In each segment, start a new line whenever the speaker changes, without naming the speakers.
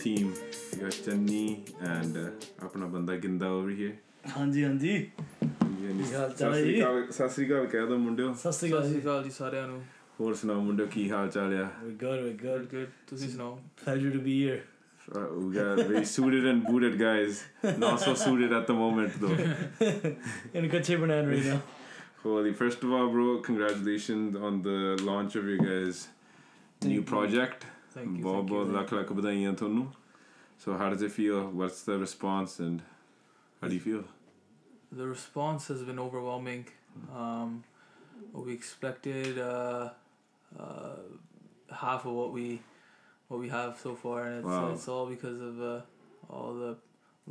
team. You got Chemni and uh, ਆਪਣਾ ਬੰਦਾ Ginda over here.
ਹਾਂਜੀ ਹਾਂਜੀ
ਹਾਂਜੀ
ਯਾਰ,
ਸਤਿ
ਚੱਲ
ਸ੍ਰੀ
ਜੀ।
ਅਕਾਲ ਸਤਿ ਸ੍ਰੀ ਅਕਾਲ ਕਹਿ ਦੋ ਮੁੰਡਿਓ
ਸਤਿ ਸ੍ਰੀ
ਸਤਿ
ਅਕਾਲ
ਸ਼੍ਰੀ
ਜੀ
ਅਕਾਲ ਜੀ ਸਾਰਿਆਂ ਨੂੰ
ਹੋਰ ਸੁਣਾਓ ਮੁੰਡਿਓ ਕੀ ਹਾਲ ਚਾਲ ਆ
we good we
good
good
good ਤੁਸੀਂ ਸੁਣਾਓ
pleasure to be here
Uh, we got very suited and booted guys not so suited at the moment though
in a good shape and right now
holy first of all bro congratulations on the launch of your guys
Thank
new
you.
project
thank you
ਬਹੁਤ
thank
ਬਹੁਤ
you
lakh lakh ਵਧਾਈਆਂ ਤੁਹਾਨੂੰ so how does it feel what's the response and how do you feel
The response has been overwhelming. Um, we expected uh, uh, half of what we what we have so far, and it's,
Wow.
it's all because of uh, all the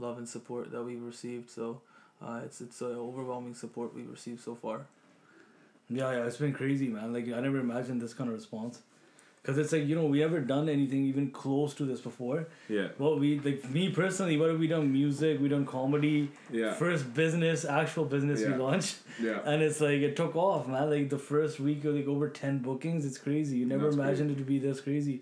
love and support that we've received. So uh, it's it's uh, overwhelming support we've received so far.
Yeah, yeah, it's been crazy, man. Like I never imagined this kind of response. Cause it's like you know we ever done anything even close to this before.
yeah
Well, we like me personally, what have we done? Music, we done comedy.
yeah
First business, actual business
Yeah.
we launched,
yeah
and it's like it took off, man. Like the first week, you're like over ten bookings. It's crazy. You never
That's
imagined it to be this crazy,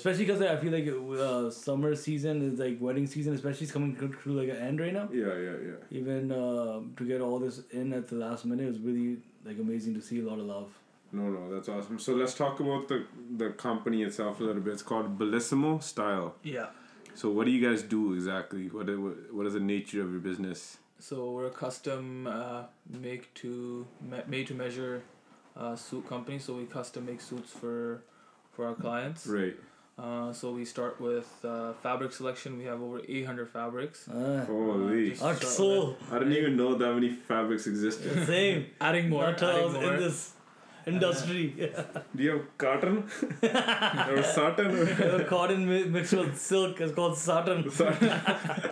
especially because I feel like it, uh, summer season is like wedding season, especially it's coming to to, like an end right now.
yeah yeah yeah
Even uh, to get all this in at the last minute was really like amazing to see a lot of love.
No, no, that's awesome. So let's talk about the the company itself a little bit. It's called Bellissimo Style.
Yeah.
So what do you guys do exactly? What i- what is the nature of your business?
So we're a custom uh, make to me- made to measure uh, suit company. So we custom make suits for for our clients.
Right.
Uh, so we start with uh, fabric selection. We have over 800 fabrics.
Uh,
Holy.
just-
Axel,
I didn't even know that many fabrics existed.
same.
Adding more,
Not
adding
us
more.
in this industry.
Do you have cotton? or satin? Or
Cotton mi- mixed with silk is called satin.
satin?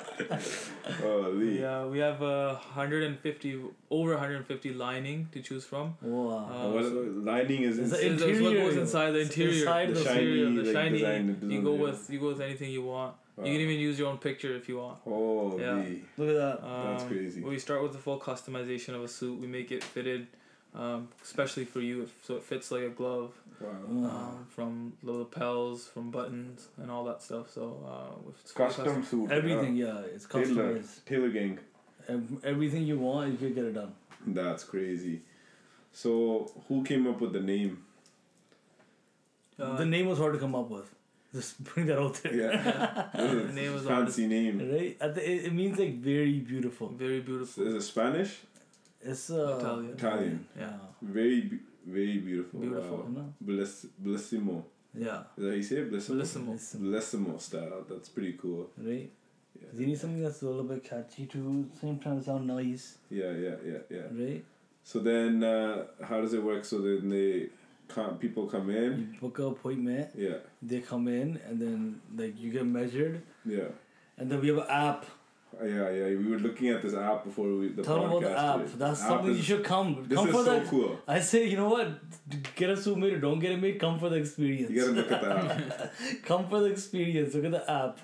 Holy.
yeah, we have uh, 150 over 150 lining to choose from.
Wow.
Uh,
What-
so-
lining is ins-
Is it-
so that's what
interior.
goes inside the
It's
interior,
inside
the,
the
interior,
shiny,
the
like,
shiny.
design-
you go
design, yeah.
with you go with anything you want.
Wow.
You can even use your own picture if you want.
Holy.
Yeah.
Look at that.
Um,
That's crazy.
We start with the full customization of a suit. We make it fitted, um, especially for you, if, so it fits like a glove.
Wow.
Wow.
Um, from the lapels, from buttons, and all that stuff. So uh, with it's full
Custom suit.
Everything, yeah, it's
Tailor.
customized.
yeah. Tailor gang.
Ev- Everything you want, you can get it done.
That's crazy. So who came up with the name?
Uh,
the name was hard to come up with. Just putting that out there.
Yeah. This is
Name
a
is
fancy name.
Right? At the, it, it means like very beautiful.
Very
Is
beautiful.
it Spanish?
It's uh,
Italian.
Italian.
Yeah.
Very, be- very beautiful.
Beautiful.
Wow.
No?
Bliss, blissimo.
Yeah.
Is that how you say it? Blissimo?
Blissimo.
Listen,
Blissimo style. That's pretty cool.
Right?
Yeah.
You need something that's a little bit catchy too, same time sound nice,
Yeah, yeah, yeah, yeah.
right?
So then, uh, how does it work? So then they, come, people come in.
You book an appointment,
Yeah,
they come in, and then like you get measured,
yeah,
and then we have an app.
Uh, yeah, yeah. We were looking at this app before we the
Tell them
podcast.
about the app.
today.
That's
App
something
is-
you should come.
This
come
is
for
so
that.
cool.
I say, you know what? Get a suit made or don't get it made. Come for the experience.
You gotta look at the app.
Come for the experience. Look at the app.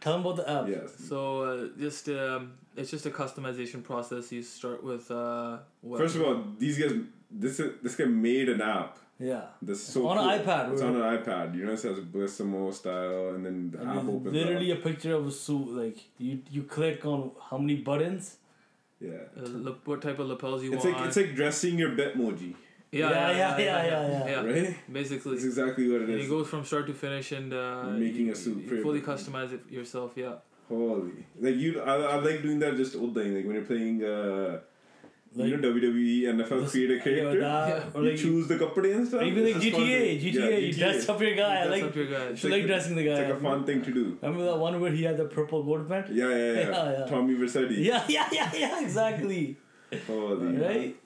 Tell them about the app.
yes.
So uh, just um, it's just a customization process. You start with uh, what
First of all, these guys. This is, this guy made an app.
Yeah.
This is so
On an
cool.
iPad,
It's
right?
on an iPad. You know, it says Blissimo style, and then the
And
app
there's
opens
literally
up.
a picture of a suit. Like you, you click on how many buttons.
Yeah.
uh, lap- what type of lapels you
It's
want.
like it's like dressing your Bitmoji,
yeah,
Yeah, yeah, yeah, yeah,
yeah.
right?
Basically,
That's exactly what it
and it
is.
goes from start to finish, and uh,
Making
you,
a suit for
You fully
everyone.
customize it yourself. Yeah.
Holy, like you, I, I like doing that just old thing. Like when you're playing, uh,
Like
you know, E WWE, NFL,
this-
create a character.
Yeah, or that,
Yeah.
or
you
like
choose the company and stuff.
Or even
It's
like
just fun
GTA, GTA,
thing.
you dress up your guy. I
That's
like,
up to your guys.
It's
she like dressing the guy.
It's like a fun thing to do.
Remember that one where he had the purple gold band?
Yeah, yeah, yeah.
Yeah, yeah.
Tommy Versetti.
Yeah, yeah, yeah, yeah, exactly.
Holy.
right?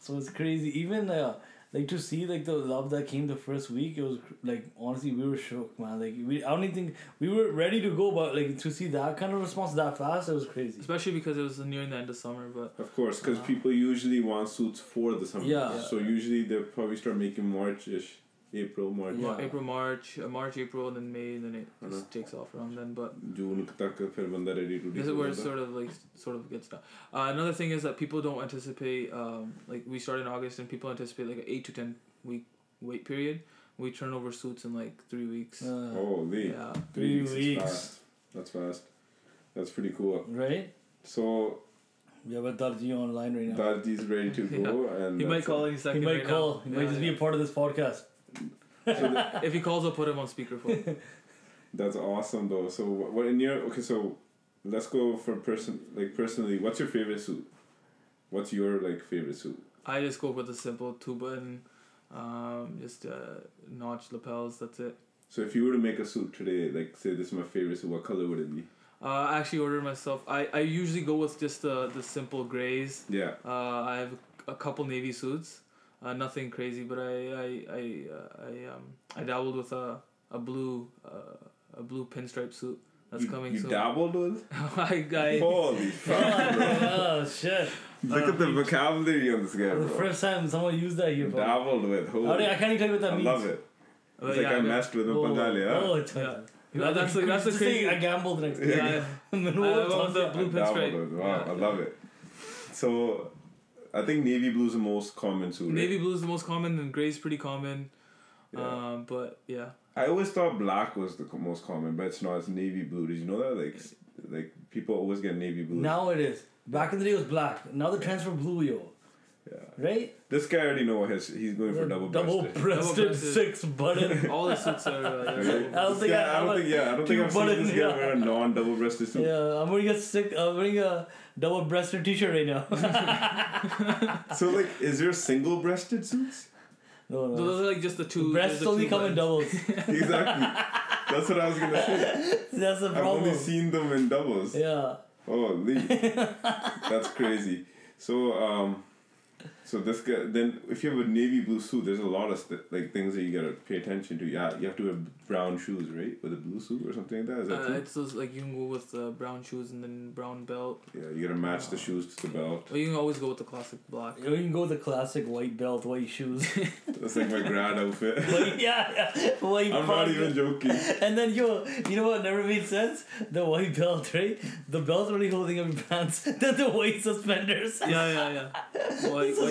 So it's crazy. Even uh, like to see like the love that came the first week. It was cr- like honestly we were shook, man. Like we, I don't even think we were ready to go, but like to see that kind of response that fast, it was crazy.
especially because it was nearing the end of summer. But
Of course, because
Uh,
people usually want suits for the summer.
Yeah.
So usually they probably start making March ish, April, March,
Yeah.
Mar- April, March, uh, March, April, and then May, and then it
I
just takes off around then. But
June tak फिर बंदा ready to
this is
deal
where it
with that.
sort of like sort of gets done. Uh, another thing is that people don't anticipate. Um, like we start in August, and people anticipate like an eight to ten week wait period. We turn over suits in like three weeks.
Uh,
Holy.
yeah.
Three
is
weeks.
Fast. That's fast. That's pretty cool.
Right?
So
We have a Darji online right now.
Darji's ready to go, and
He might
that's
call any second.
he might
right now.
call. He might
Yeah,
just
yeah.
be a part of this podcast.
So the-
if he calls, I'll put him on speakerphone.
That's awesome though. So wh- what in your okay? So let's go for person like personally. What's your favorite suit? What's your like favorite suit?
I just go with a simple two button, um, just uh, notch lapels. That's it.
So if you were to make a suit today, like say this is my favorite suit, what color would it be?
Uh, I actually ordered myself. I, I usually go with just the the simple grays.
Yeah,
Uh, I have a couple navy suits. Uh, nothing crazy, but I I I uh, I um I dabbled with a a blue uh, a blue pinstripe suit that's
you,
coming
You
soon.
dabbled with?
I, I,
Holy fuck! bro.
oh shit!
Look at the vocabulary on this guy,
The
bro.
first time someone used that here, bro.
Dabbled with. Holy.
I, don't- I can't even tell you what that
I
means.
love it.
but
It's like
yeah,
I
I-
messed with him,
Oh, oh,
Pandali.
it's
Yeah.
You
No,
know,
that's the- that's the
just saying
crazy-
I gambled next
yeah,
day.
yeah.
No,
I
it's
love
awesome.
the blue pinstripe.
Wow,
Yeah,
I love
yeah.
it. So, I think navy blue is the most common suit. right?
Navy blue is the most common, and gray's pretty common.
Yeah.
Um, but yeah,
I always thought black was the co- most common, but it's not. It's navy blue. Did you know that? Like, s- like people always get navy blue.
Now it is. Back in the day it was black. Now the transfer blue, yo.
Yeah.
Right?
This guy already know his. He's going for
The
double breasted.
breasted
Double-breasted.
six button.
all the suits are. Uh,
Okay.
yeah,
I don't
This
think
guy-
I-
I,
I'm
don't
a
think. Yeah, I don't think I've seen
two-button,
this guy
yeah.
wear a non-double breasted suit.
yeah, I'm wearing a sick. I'm wearing a double breasted t shirt right now.
So like, is there single breasted suits?
no,
so
no.
those are like just the two.
Breasts
the
only
two
come in
buttons.
doubles.
Exactly. That's what I was gonna say.
That's the
I've
problem.
only seen them in doubles.
yeah.
Oh, Lee. That's crazy. So, um, so this guy, then if you have a navy blue suit, there's a lot of st- like things that you gotta pay attention to. Yeah, you have to have brown shoes, right? With a blue suit or something like that. Is that
Uh,
true?
it's those like you can go with uh, brown shoes and then brown belt,
Yeah, you gotta match the shoes to the belt.
or you can always go with the classic black.
You can go with the classic white belt, white shoes.
That's like my grad outfit.
white, yeah, yeah. White
I'm not
belt.
even joking.
And then yo, you know what never made sense? The white belt, right? The belt's only holding up your pants. Then the white suspenders.
Yeah, yeah, yeah.
the
White, white
suspenders were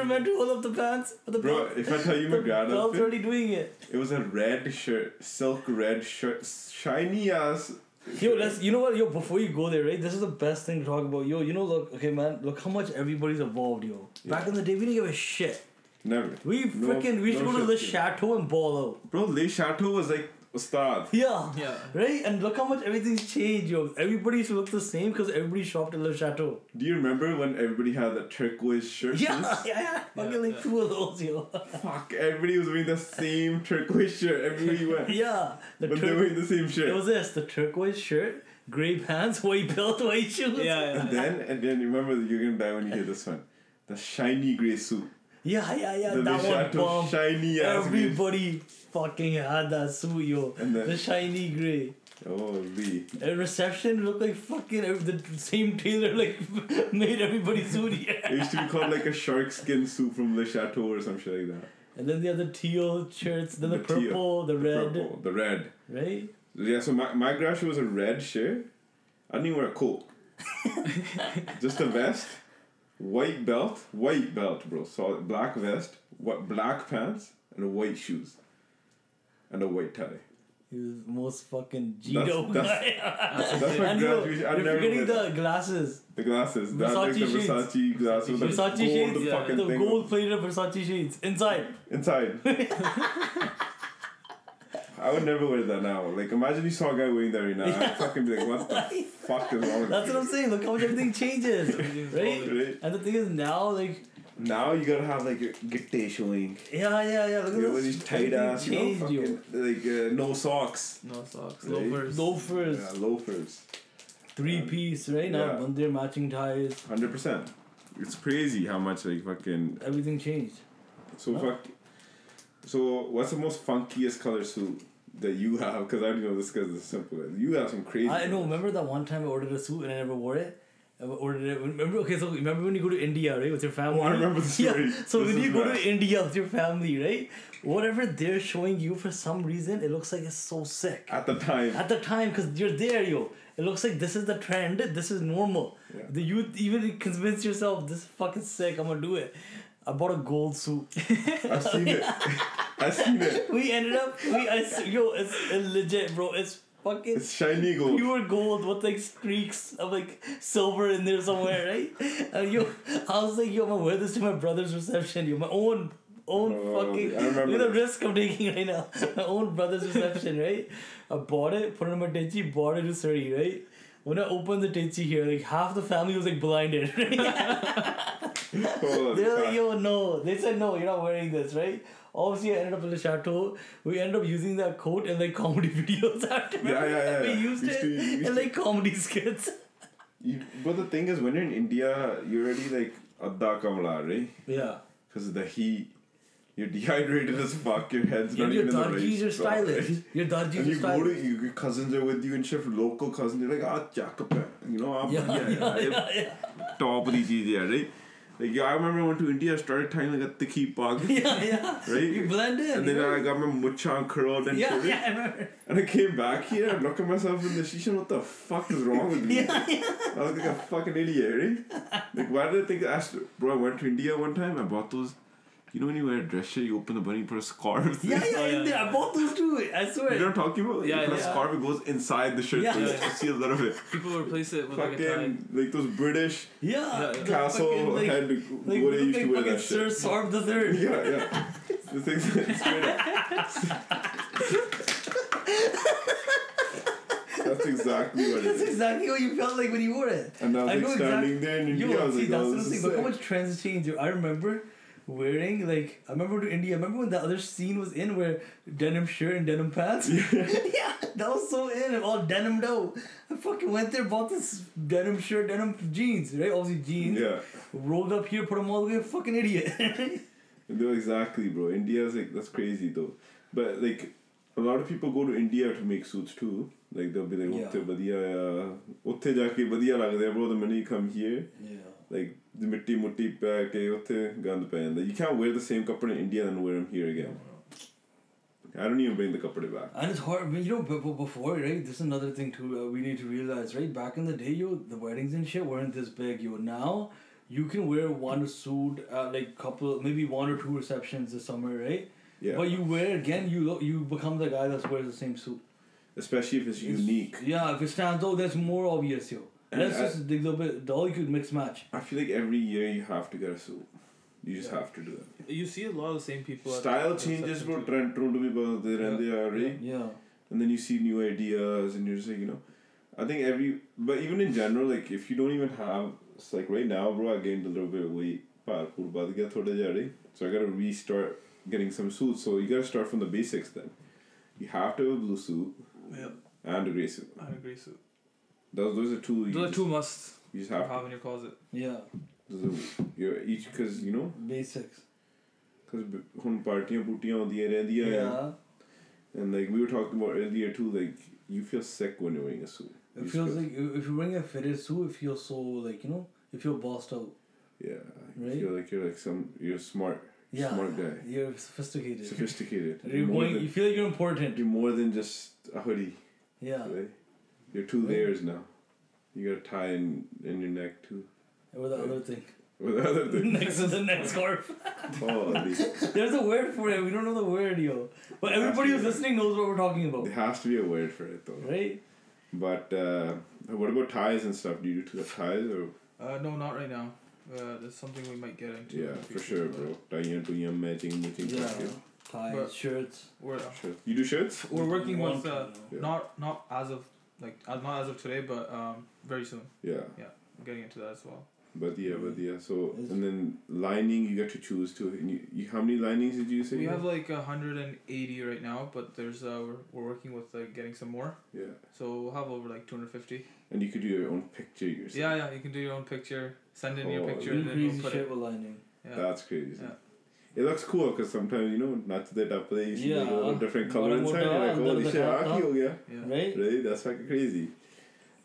suspenders.
meant to hold up the pants. but The
Bro,
belt,
if I tell you my
the
grad
belt's
outfit,
already doing it.
it was a red shirt, silk red shirt, shiny ass.
Yo, let's. You know what? Yo, before you go there, right? This is the best thing to talk about. Yo, you know, look, okay, man, look how much everybody's evolved, yo. Back
Yeah.
in the day, we didn't give a shit.
Never.
We
No-
freaking, we should
no
go to
shit,
the
dude.
chateau and ball out.
Bro, Le Chateau was like, Ustad.
Yeah.
Yeah.
Right? And look how much everything's changed, yo. Everybody used to look the same because everybody shopped at Le Chateau.
Do you remember when everybody had the turquoise shirts?
Yeah, yeah, yeah. Fucking
Yeah,
like
yeah.
two of those, yo.
Fuck, everybody was wearing the same turquoise shirt everywhere you went.
yeah. The
But they were
tur-
wearing the same
it
shirt.
was this the turquoise shirt, grey pants, white belt, white shoes.
Yeah, yeah.
and then, and then remember, that you're gonna die when you hear this one. The shiny grey suit.
Yeah, yeah, yeah.
The
that one
Shadow
bomb.
shiny ass grey.
Everybody fucking had that suit, yo.
And then-
the shiny grey.
Oh, Lee.
And reception looked like fucking ev- the same tailor like made everybody suit here.
It used to be called like a shark skin suit from Le Chateau or some shit like that.
And then the other teal shirts, then the,
The teal,
purple, the red,
Purple, the red.
right?
Yeah, so my, my grad shirt was a red shirt. I didn't even wear a coat. Just a vest, white belt, white belt, bro. Solid black vest, what black pants, and white shoes, and a white tie.
He was the most fucking
That's-
Gido
that's-
guy.
That's my
and yo,
graduation. I
you're
never
forgetting
wear that.
the glasses.
the glasses. That like the
Versace
Versace
shades.
glasses with the
Versace
gold
shades,
yeah.
fucking
The
thing
gold plated Versace shades inside.
inside. I would never wear that now. Like, imagine you saw a guy wearing that right now. I'd fucking be like, what the fuck is wrong with
That's what I'm saying. Look how much everything changes,
Everything's
right?
evolving.
Right?
And the thing is now, like,
Now you gotta have like your guitar showing.
yeah, yeah, yeah. Look
You know,
at
with
this.
these tight ass, you know,
Everything changed, yo.
fucking, like uh, no socks,
No socks,
Right.
loafers.
Loafers,
yeah, loafers,
three piece, right now,
Yeah.
bandir matching ties.
hundred percent. It's crazy how much like fucking
Everything changed.
So
Oh.
fuck. So what's the most funkiest color suit that you have? Because I already know this because it's simple. You have some crazy.
I know.
ones.
Remember that one time I ordered a suit and I never wore it. I ordered it. Remember? Okay, so remember when you go to India, right, with your family?
Oh, I remember the story.
Yeah. So
This
when
is
you go
bad.
to India with your family, right? Whatever they're showing you, for some reason, it looks like it's so sick.
At the time.
At the time, because you're there, yo. It looks like this is the trend. This is normal.
Yeah.
The youth even convince yourself this is fucking sick. I'm gonna do it. I bought a gold suit.
I've seen it. I've seen it.
we ended up. We I, s- yo, it's legit, bro. It's fucking.
It's shiny gold.
pure gold with like streaks of like silver in there somewhere, right? And yo, I was like, yo, I'm gonna wear this to my brother's reception, yo, my own own
Oh,
fucking
I remember
look at the
that.
risk I'm taking right now. My own brother's reception, right? I bought it, put it in my Dechi, bought it to Surrey, right? When I opened the Dechi here, like half the family was like blinded, right?
Oh,
They were
fuck.
like, yo, no. They said, no, you're not wearing this, right? Obviously, I ended up in the chateau. We ended up using that coat in like comedy videos after.
Yeah, yeah, yeah.
We used
We used
it
to- we used to-
in like comedy skits.
You, but the thing is, when you're in India, you're already like adda kamla, right?
Yeah.
Because of the heat. You're dehydrated as fuck. Your head's
And
not
your
even in the race.
darkies
bro,
are
right?
stylish. Your darkies
And
are
you go
stylish.
to you, your cousins are with you and shit, local cousins. They're like, ah, Jacob, you know, I'm
Yeah,
yeah, yeah, yeah, top of these yeah, right? Like, yeah, I remember I went to India, I started tying like a thicky pug,
Yeah, yeah. You
right?
blend in.
And then
yeah.
I got my muchang curled and
yeah,
shit.
yeah, I remember.
And I came back here, I look at myself in the shisha, what the fuck is wrong with me?
Yeah, yeah.
I was like a fucking idiot, right? Like, why did I think I asked, bro, I went to India one time, I bought those, you know, when you wear a dress shirt, you open the bunny, you put a scarf.
Yeah, yeah,
Oh, yeah,
in there. I
yeah.
bought those too. I swear.
You know what I'm talking about? Like,
Yeah,
you put a
yeah.
scarf, it goes inside the shirt,
Yeah,
so you
yeah,
still see a lot of it.
People replace it with like a tie.
Fucking, like those British
yeah.
Yeah, yeah.
the
castle
fucking, like,
had,
like,
what they
look
used to
like
wear
fucking
that
Sir
shit.
Sarb the Third.
Yeah, yeah. The things that straight up. That's exactly what it
That's
is.
exactly what you felt like when you wore it.
And I was
I
like
know
standing there in India, I
Yo,
was
see,
like,
that's
oh,
what I'm
this
saying.
is
Look how
sick.
much trends change. dude. I remember wearing like I remember to India. I remember when that other scene was in where denim shirt and denim pants. Yeah, that was so in. I'm all denimed out. I fucking went there, bought this denim shirt, denim jeans, right? Obviously jeans.
Yeah.
Rolled up here, put them all away. Fucking idiot.
No, exactly, bro. India's like that's crazy though. But like a lot of people go to India to make suits too. Like they'll be like,
Yeah.
"Utte badiya, utte jaake badiya lagde hai, bro." The minute you come here,
yeah.
like the mitti mutti pe ke utte gand pe You can't wear the same kapde in India and wear them here again. I don't even bring the kapde back.
And it's hard, but you know, but, but before, right? This is another thing too. Uh, we need to realize, right? Back in the day, yo, the weddings and shit weren't this big, yo. Now, you can wear one suit, at, like couple, maybe one or two receptions this summer, right?
Yeah,
But you wear again, you look, you become the guy that wears the same suit.
especially if it's,
It's-
unique.
Yeah, if it stands out, that's more obvious, yo.
And
Let's
I-
just dig a bit. All you could mix match.
I feel like every year you have to get a suit. You just
Yeah.
have to do that.
You see a lot of the same people. at
Style
the reception
changes, bro.
too.
Trend trend to be badalde rehnde hai, right?
Yeah.
and then you see new ideas and you're just like you know i think every but even in general like if you don't even have it's like right now bro i gained a little bit of weight par pur bad gaya thoda ja, right? so i gotta restart getting some suits so you gotta start from the basics then you have to have a blue suit
Yep,
and a gray suit
I agree. So
those, those are two you,
those are
just,
two musts
you just
to
have
have in your closet.
Yeah.
to those are, you're each because you know
Basics.
because ਹੁਣ ਪਾਰਟੀਆਂ ਪੂਟੀਆਂ ਹੁੰਦੀਆਂ ਰਹਿੰਦੀਆਂ ਆ
Yeah.
and like we were talking about earlier too like you feel sick when you're wearing a suit You
It
just
feels like if if you're wearing a fitted suit, it feels so like you know, if you're bossed out.
Yeah,
Right?
you feel like you're like some you're smart,
Yeah.
smart guy,
You're sophisticated.
sophisticated.
You're
more
going, you
than,
feel like you're important.
you're more than just a hoodie.
Yeah.
Right? You're two
Right.
layers now. You got a tie in, in your neck too.
Or the other thing.
With the other thing.
next to the next scarf.
Oh, they-
There's a word for it. We don't know the word, yo. But everybody who's listening knows what we're talking about.
there has to be a word for it though.
Right?
But uh, what about ties and stuff? Do you do to the ties or
Uh, no, not right now. Uh, that's something we might get into. in
yeah,
the
for
future,
sure,
but
bro. Tie and do your matching, matching.
Yeah.
fucking
Ties,
But-
shirts.
We're,
Shirt. You do shirts?
we're working
One
with uh,
kind of-
Yeah.
not not as of like as not as of today, but um, very soon.
Yeah,
I'm getting into that as well.
but yeah, but
Mm-hmm.
yeah. So
It's-
and then lining you get to choose too. And you, you how many linings did you say?
We
you
have like hundred and eighty right now, but there's uh, we're, we're working with like getting some more.
Yeah.
So we'll have over like two hundred fifty.
And you could do your own picture yourself.
Yeah, yeah. You can do your own picture. Send in your
Oh,
picture
Real
and then
crazy
we'll put
shit
it.
with lining.
Yeah.
That's crazy.
Yeah.
it looks cool because sometimes you know not that up there you see like, all
Yeah.
different
Bora
color inside. You're
mudar,
like holy
andando
shit,
errado,
hockey, oh yeah,
Yeah.
right?
right? That's fucking crazy.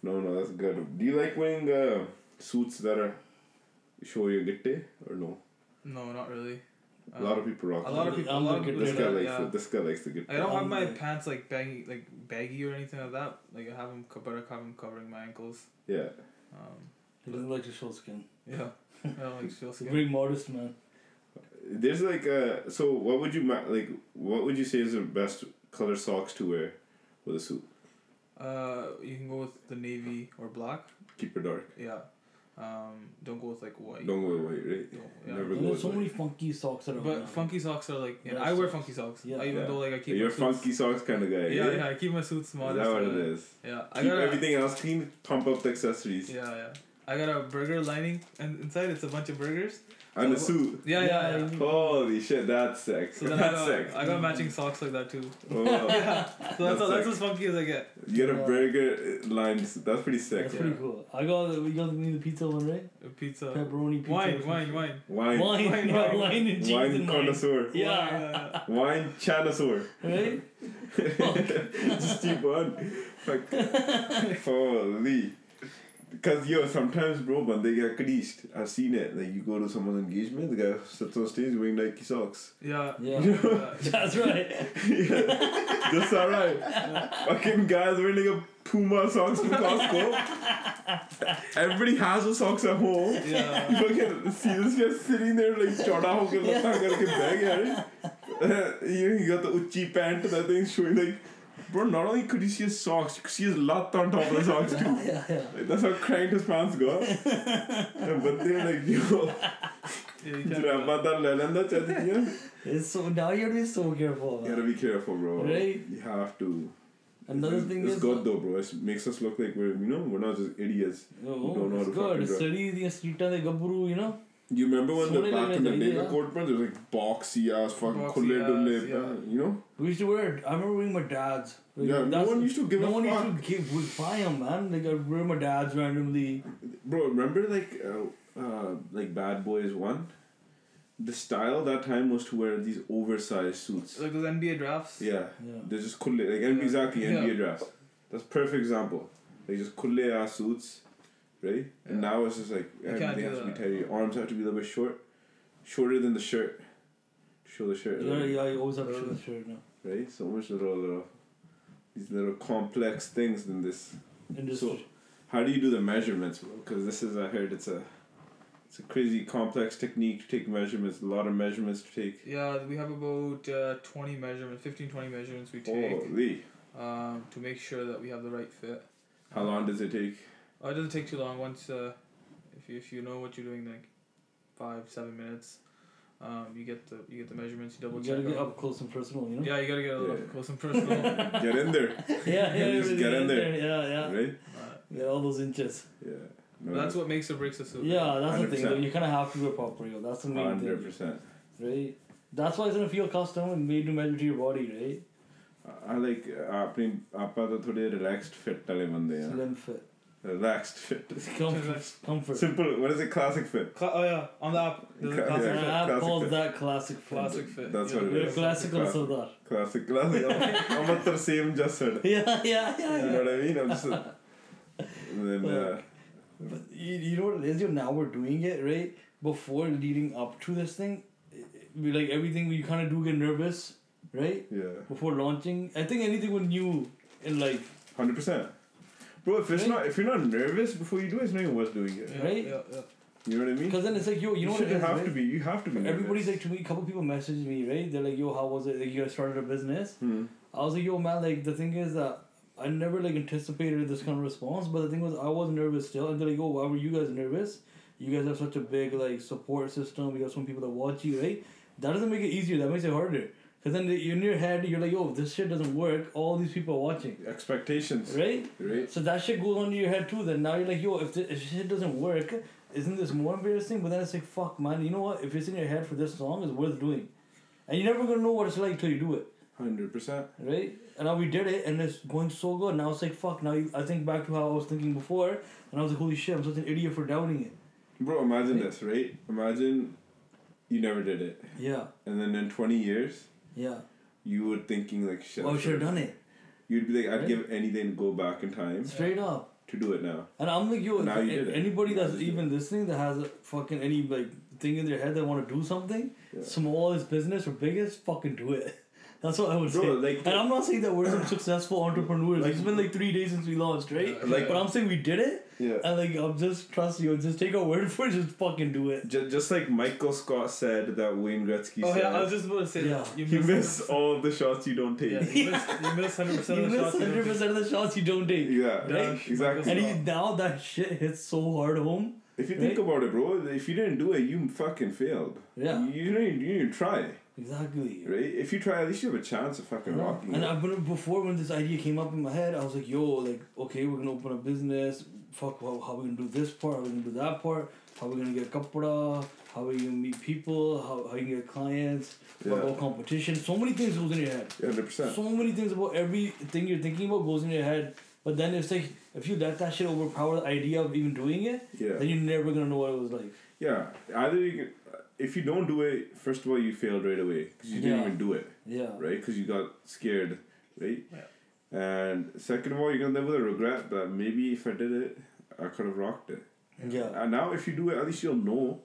No, no, that's good. Do you like wearing uh, suits that are show your gitte or no?
No, not really. Um,
a lot of people rock.
A lot of
them.
people. A lot of people.
This
do
guy
that,
likes
yeah.
it. This guy likes the gitte.
I don't have my
Um,
pants like baggy, like baggy or anything like that. Like I have them, co- but I have them covering my ankles.
Yeah.
Um,
He doesn't like to show skin.
yeah, I don't like feel
He's
skin.
very modest man.
There's like uh so what would you ma- like what would you say is the best color socks to wear with a suit?
Uh, you can go with the navy or black.
Keep it dark.
Yeah, um, don't go with like white.
Don't wear white, right?
Don't- yeah.
Never go
And there's
with
so
white.
many funky socks around.
But
now.
funky socks are like, and
Yeah,
I wear
socks.
funky socks.
Yeah.
I, even
Yeah.
though like I keep
You're a
my suits-
funky socks kind of guy.
Yeah,
right?
yeah, I keep my suits
Is
modest.
that what
uh,
it is?
Yeah, I
Keep
got
everything else clean. Pump up the accessories
Yeah, yeah. I got a burger lining, and inside it's a bunch of burgers.
and the
So-
suit.
Yeah, yeah. yeah.
Holy shit, that's sick.
So then I
that's
got,
sick.
I got matching socks like that too.
Oh, wow.
Yeah. So that's,
That's
all, that's
sick.
as funky as I get.
you got a
Yeah.
burger uh, line. That's pretty sick.
That's pretty cool. I got the, you got me the pizza one right?
A pizza.
Pepperoni pizza. or
Wine,
something.
wine, wine.
Wine, wine,
Wine,
Wine,
wine,
wine.
and cheese and wine.
connoisseur,
Yeah.
Wine,
wine chanosaur.
Right?
Just keep on. Fuck. Holy. Because, yo, sometimes, bro, when they get creased, I've seen it. Like, you go to someone's engagement, the guy sits on stage wearing Nike socks.
yeah,
Yeah.
yeah. yeah.
That's right.
Yeah. That's alright. Fucking guys wearing like a Puma socks from Costco. Everybody has those socks at home.
Yeah.
You fucking see this guy sitting there like चौड़ा होके लत्ता करके bag यार you know, he got the uchi pant that thing showing like bro not only could you see his socks you could see his lat on top of the socks too
Yeah, yeah.
like, that's how cranked his pants got and but they're like yo
you can't do that.
जराबा दा ले लेंदा चाहती है
It's so now you gotta be so careful.
you gotta be careful bro
Right.
you have to
Another
it's,
thing
it's
is
good though bro it makes us look like we're you know we're not just idiots don't know
Oh,
how
it's
to fucking
good.
drive.
Study the street the gaburu, you know?
you remember when
So
the
many
back in the
like
day
that,
the
yeah.
court pants it was like boxy ass fucking
Boxy
खुले
ass,
Dhule
yeah.
you know
We used to wear it. I remember wearing my dad's. Like,
Yeah, no
that's-
one used to give
no
a
one
fuck.
used to give, would buy 'em, man. Like, I'd wear my dad's randomly.
Bro, remember like uh, uh, like Bad Boys One? The style that time was to wear these oversized suits.
Like those NBA drafts.
yeah,
Yeah.
they're just cool. Like and
Yeah.
exactly NBA
Yeah.
drafts. That's perfect example. They just cool ass suits, right? And
Yeah.
now it's just like
You can't
everything
do
has to be
that.
tight. Your arms have to be a little bit short, shorter than the shirt. to Show the shirt, a
Yeah,
little,
yeah, you always have to show the shirt now.
right? So much little, little these little complex things in this
And just,
So- How do you do the measurements, bro? Because this is I heard it's a it's a crazy complex technique to take measurements. A lot of measurements to take.
Yeah, we have about uh, 20 measurements, 15, 20 measurements
Oh,
we take
Holy!
um, to make sure that we have the right fit.
How long does it take?
Oh, it doesn't take too long. Once, uh, if you, if you know what you're doing, like five seven minutes, um, you get the you get the measurements. You double
you
check.
gotta get up
out.
close and personal, you know?
Yeah, you gotta get a little
Yeah.
close and personal.
Get in there,
yeah, yeah.
Just get in there.
Yeah, yeah.
right?
Uh,
Yeah, all those inches.
Yeah.
that's what makes or breaks a suit.
Yeah, that's the thing.
100%.
Though. You kind of have to go proper. Yo. That's the main
Hundred
thing,
percent.
right? That's why it's gonna feel custom and made to measure to your body, right?
I like अपनी आपा तो थोड़े relaxed fit वाले बंदे हैं.
Slim fit,
Relaxed fit.
comfort, comfort.
Simple. What is it? Classic fit.
Cla- oh yeah, on the app. There's a
Yeah.
classic
And
fit.
classic
I call
fit.
that classic fit.
Classic fit.
That's
yeah.
what it
We're
is.
classical,
Classic.
Sardar.
Classic. Classic. I'm not the same. Just said.
Yeah, yeah, yeah.
You
yeah.
know what I mean? I'm just. And then. Uh,
But you, you know what it is? You now we're doing it right before leading up to this thing. it- it- We like everything. We kind of do get nervous, right?
yeah.
Before launching, I think anything with new in life,
Hundred percent, bro. If it's
Right?
not, if you're not nervous before you do it, it's not even worth doing it.
Yeah,
Right?
Yeah, yeah.
You know what I mean?
because then it's like yo, you, know what
should
it is,
have
right?
to be. You have to be. nervous.
Everybody's like to me. A couple people messaged me, right? They're like, "Yo, how was it? Like, you guys started a business."
Hmm.
I was like, "Yo, man, like the thing is that I never like anticipated this kind of response, but the thing was I was nervous still." And they're like, "Yo, why were you guys nervous? You guys have such a big like support system. You got so many people that watch you, right? That doesn't make it easier. That makes it harder. Cause then in your head you're like, "Yo, if this shit doesn't work. All these people are watching,
expectations, right?
right?" So that shit goes on to your head too. Then now you're like, yo, if this, if shit doesn't work, isn't this more embarrassing? But then it's like, fuck, man. You know what? If it's in your head for this long, it's worth doing, and you're never gonna know what it's like till you do it,
Hundred percent.
right? And now we did it, and it's going so good. Now it's like, fuck. Now you, I think back to how I was thinking before, and I was like, holy shit, I'm such an idiot for doubting it.
Bro, imagine
Right?
this, right? Imagine you never did it.
Yeah.
And then in 20 years,
Yeah.
you were thinking like shit.
Well, I
I
should
should've-
have done it.
You'd be like, I'd
Right.
give anything to go back in time
Straight up.
to do it now.
And I'm like, yo, if,
Now you
if
did it.
anybody
Now
that's
you did
even listening that has a fucking any like thing in their head that want to do something,
Yeah.
smallest business or biggest, fucking do it. That's what I would
Bro,
say.
like-
and I'm not saying that we're some successful entrepreneurs.
Like-
it's been like three days since we launched, right?
Yeah. Like-
but I'm saying we did it.
Yeah.
And like, I'm just trust you. Just take our word for it. Just fucking do it.
Just, just like Michael Scott said that Wayne Gretzky
Oh
said,
yeah, I was just about to say that.
Yeah.
You
you miss
missed.
all the shots you don't take.
Yeah, you missed. You missed hundred
You
percent of the shots.
miss
you don't
hundred
take.
percent of the shots you don't take.
Yeah,
Right?
exactly.
And he, now that shit hits so hard home.
if you think
Right?
about it, bro, if you didn't do it, you fucking failed.
Yeah.
You didn't, you didn't try,
Exactly.
right? If you try, at least you have a chance of fucking rocking
And
it.
I, but before when this idea came up in my head, I was like, yo, like, okay, we're gonna open a business. Fuck, well, how are we gonna do this part? How are we gonna do that part? How are we gonna get kapura? How are we gonna meet people? How, how you gonna get clients? What
Yeah.
about competition? So many things goes in your head.
100%.
So many things about everything you're thinking about goes in your head. But then it's like, if you let that shit overpower the idea of even doing it,
Yeah.
then you're never gonna know what it was like.
Yeah, either you can, if you don't do it, first of all, you failed right away because you didn't
Yeah.
even do it,
Yeah.
right? Because you got scared, right?
Yeah.
And second of all, you're gonna live with a regret that maybe if I did it, I could have rocked it.
Yeah.
And now, if you do it, at least you'll know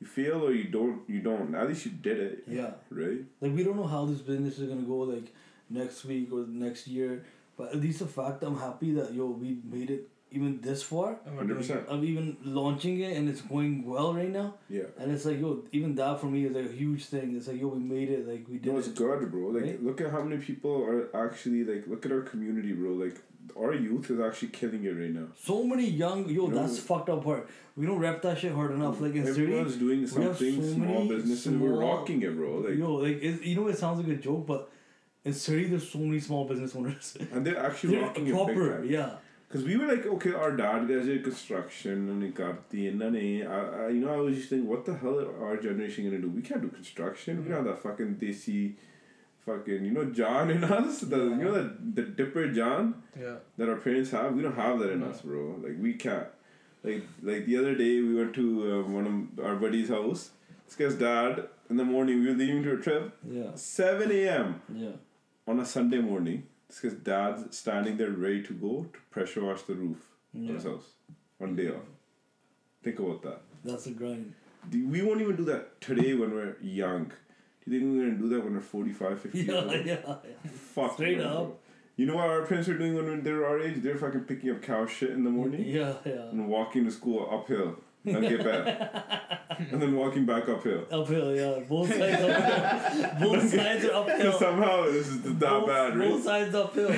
you fail or you don't. You don't. At least you did it,
Yeah.
right?
Like we don't know how this business is gonna go like next week or next year, but at least the fact I'm happy that yo we made it even this far.
Oh
And we're
Hundred
doing
percent.
I'm even launching it and it's going well right now,
Yeah.
and it's like yo even that for me is like a huge thing. It's like yo we made it like we did
No, it's
it.
good, bro. Like,
Right?
look at how many people are actually like. Look at our community, bro. Like, our youth is actually killing it right now.
So many young yo
You know-
that's fucked up part. We don't rep that shit hard enough. Like in Surrey,
Everyone's doing
we have
something.
so
small
many
businesses, we're
small-
rocking it, bro. Like,
yo like it, you know it sounds like a joke, but in Surrey there's so many small business owners.
and they're actually
They're
rocking it big
proper,
time.
yeah.
Because we were like, okay, our dad does a construction and he got the and then he- I, I, you know, I was just thinking, what the hell are our generation gonna do? We can't do construction. We don't have that fucking desi, fucking you know John in us. The you know the the dipper John
Yeah.
that our parents have. We don't have that in us, bro. Like we can't. Like like the other day we went to uh, one of our buddy's house. This guy's dad in the morning. We were leaving to a trip.
Yeah.
Seven a.m.
Yeah.
on a Sunday morning. This guy's dad's standing there ready to go to pressure wash the roof
Yeah.
his house on day off. Think about that.
That's a grind.
Do- We won't even do that today when we're young. Do you think we're gonna do that when we're 45, 50 years
Yeah,
old?
yeah, yeah.
Fuck.
Straight
no,
up.
bro. You know what our parents are doing when they're our age? They're fucking picking up cow shit in the morning
Yeah, yeah.
and walking to school uphill. And get back. and then walking back uphill.
Uphill, yeah. Both sides uphill. Both sides are uphill.
Because somehow this is that
both,
bad, right?
both sides uphill.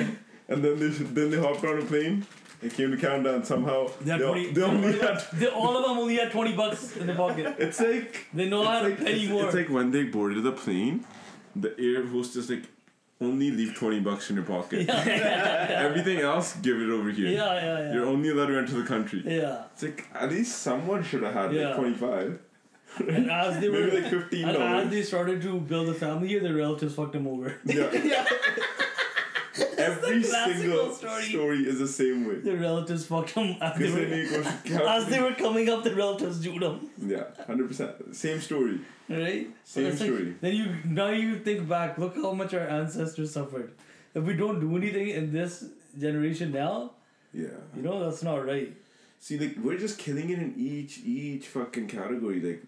And then they should, then they hopped on a plane and came to Canada and somehow
They're
they,
pretty-
they only had
They, all of them only had 20 bucks in the pocket.
It's like
They know
it's
how to
like,
penny
it's,
war.
It's like when they boarded the plane, the air hostess like only leave twenty bucks in your pocket.
Yeah, yeah,
Everything else, give it over here.
yeah.
You're
Yeah,
only allowed to enter the country.
yeah.
It's like at least someone should have had
Yeah.
like twenty five,
And as they
maybe
were.
like fifteen
and as
dollars.
they started to build a family here, their relatives fucked them over.
Yeah. Every
classical
single story.
story.
is the same way.
Their relatives fucked them as they
Because then
were,
you go to
as they
Calgary.
were coming up. The relatives do them,
Yeah, hundred percent. Same story.
right?
Same
It's like-
story.
Then you now you think back. Look how much our ancestors suffered. If we don't do anything in this generation now,
Yeah.
you know that's not right.
See, like we're just killing it in each each fucking category. Like,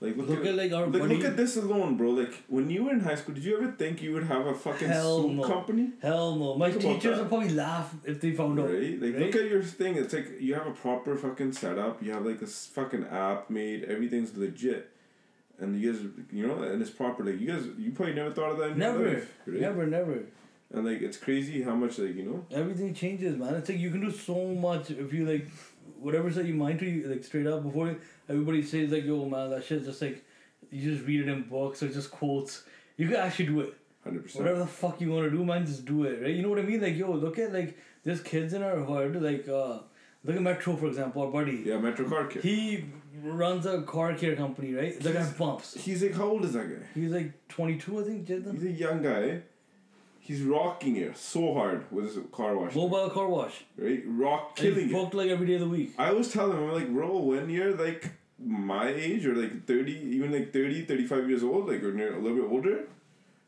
like look,
Look
at,
at like our
like
money.
look at this alone, bro. Like when you were in high school, did you ever think you would have a fucking
Hell
soap
no.
company?
Hell no! My
Think about
teachers
that.
would probably laugh if they found out.
Right? Like look
Oh, right?
at your thing. It's like you have a proper fucking setup. You have like this fucking app made. Everything's legit. And you guys, you know, and it's proper. Like you guys, you probably never thought of that. In Your
Never.
life, right?
Never, never.
And like it's crazy how much like you know.
Everything changes, man. It's like you can do so much if you like, whatever's that you mind to you like straight up. Before everybody says like, "Yo, man, that shit's just like," you just read it in books or just quotes. You can actually do it.
Hundred percent.
Whatever the fuck you want to do, man, just do it, right? You know what I mean? Like, yo, look at like there's kids in our hood, like uh, look at Metro for example, our buddy.
Yeah, Metro Car Kid.
He runs a car care company, right? The guy
He's-
bumps.
He's like, how old is that guy?
He's like 22, I think, Jaden.
He's a young guy. He's rocking it so hard with his car wash.
Mobile car wash.
Right? Rock
Killing
killing
he
it.
booked like every day of the week.
I always tell him, I'm like, bro, when you're like my age or like 30, even like 30, 35 years old, like or near, a little bit older,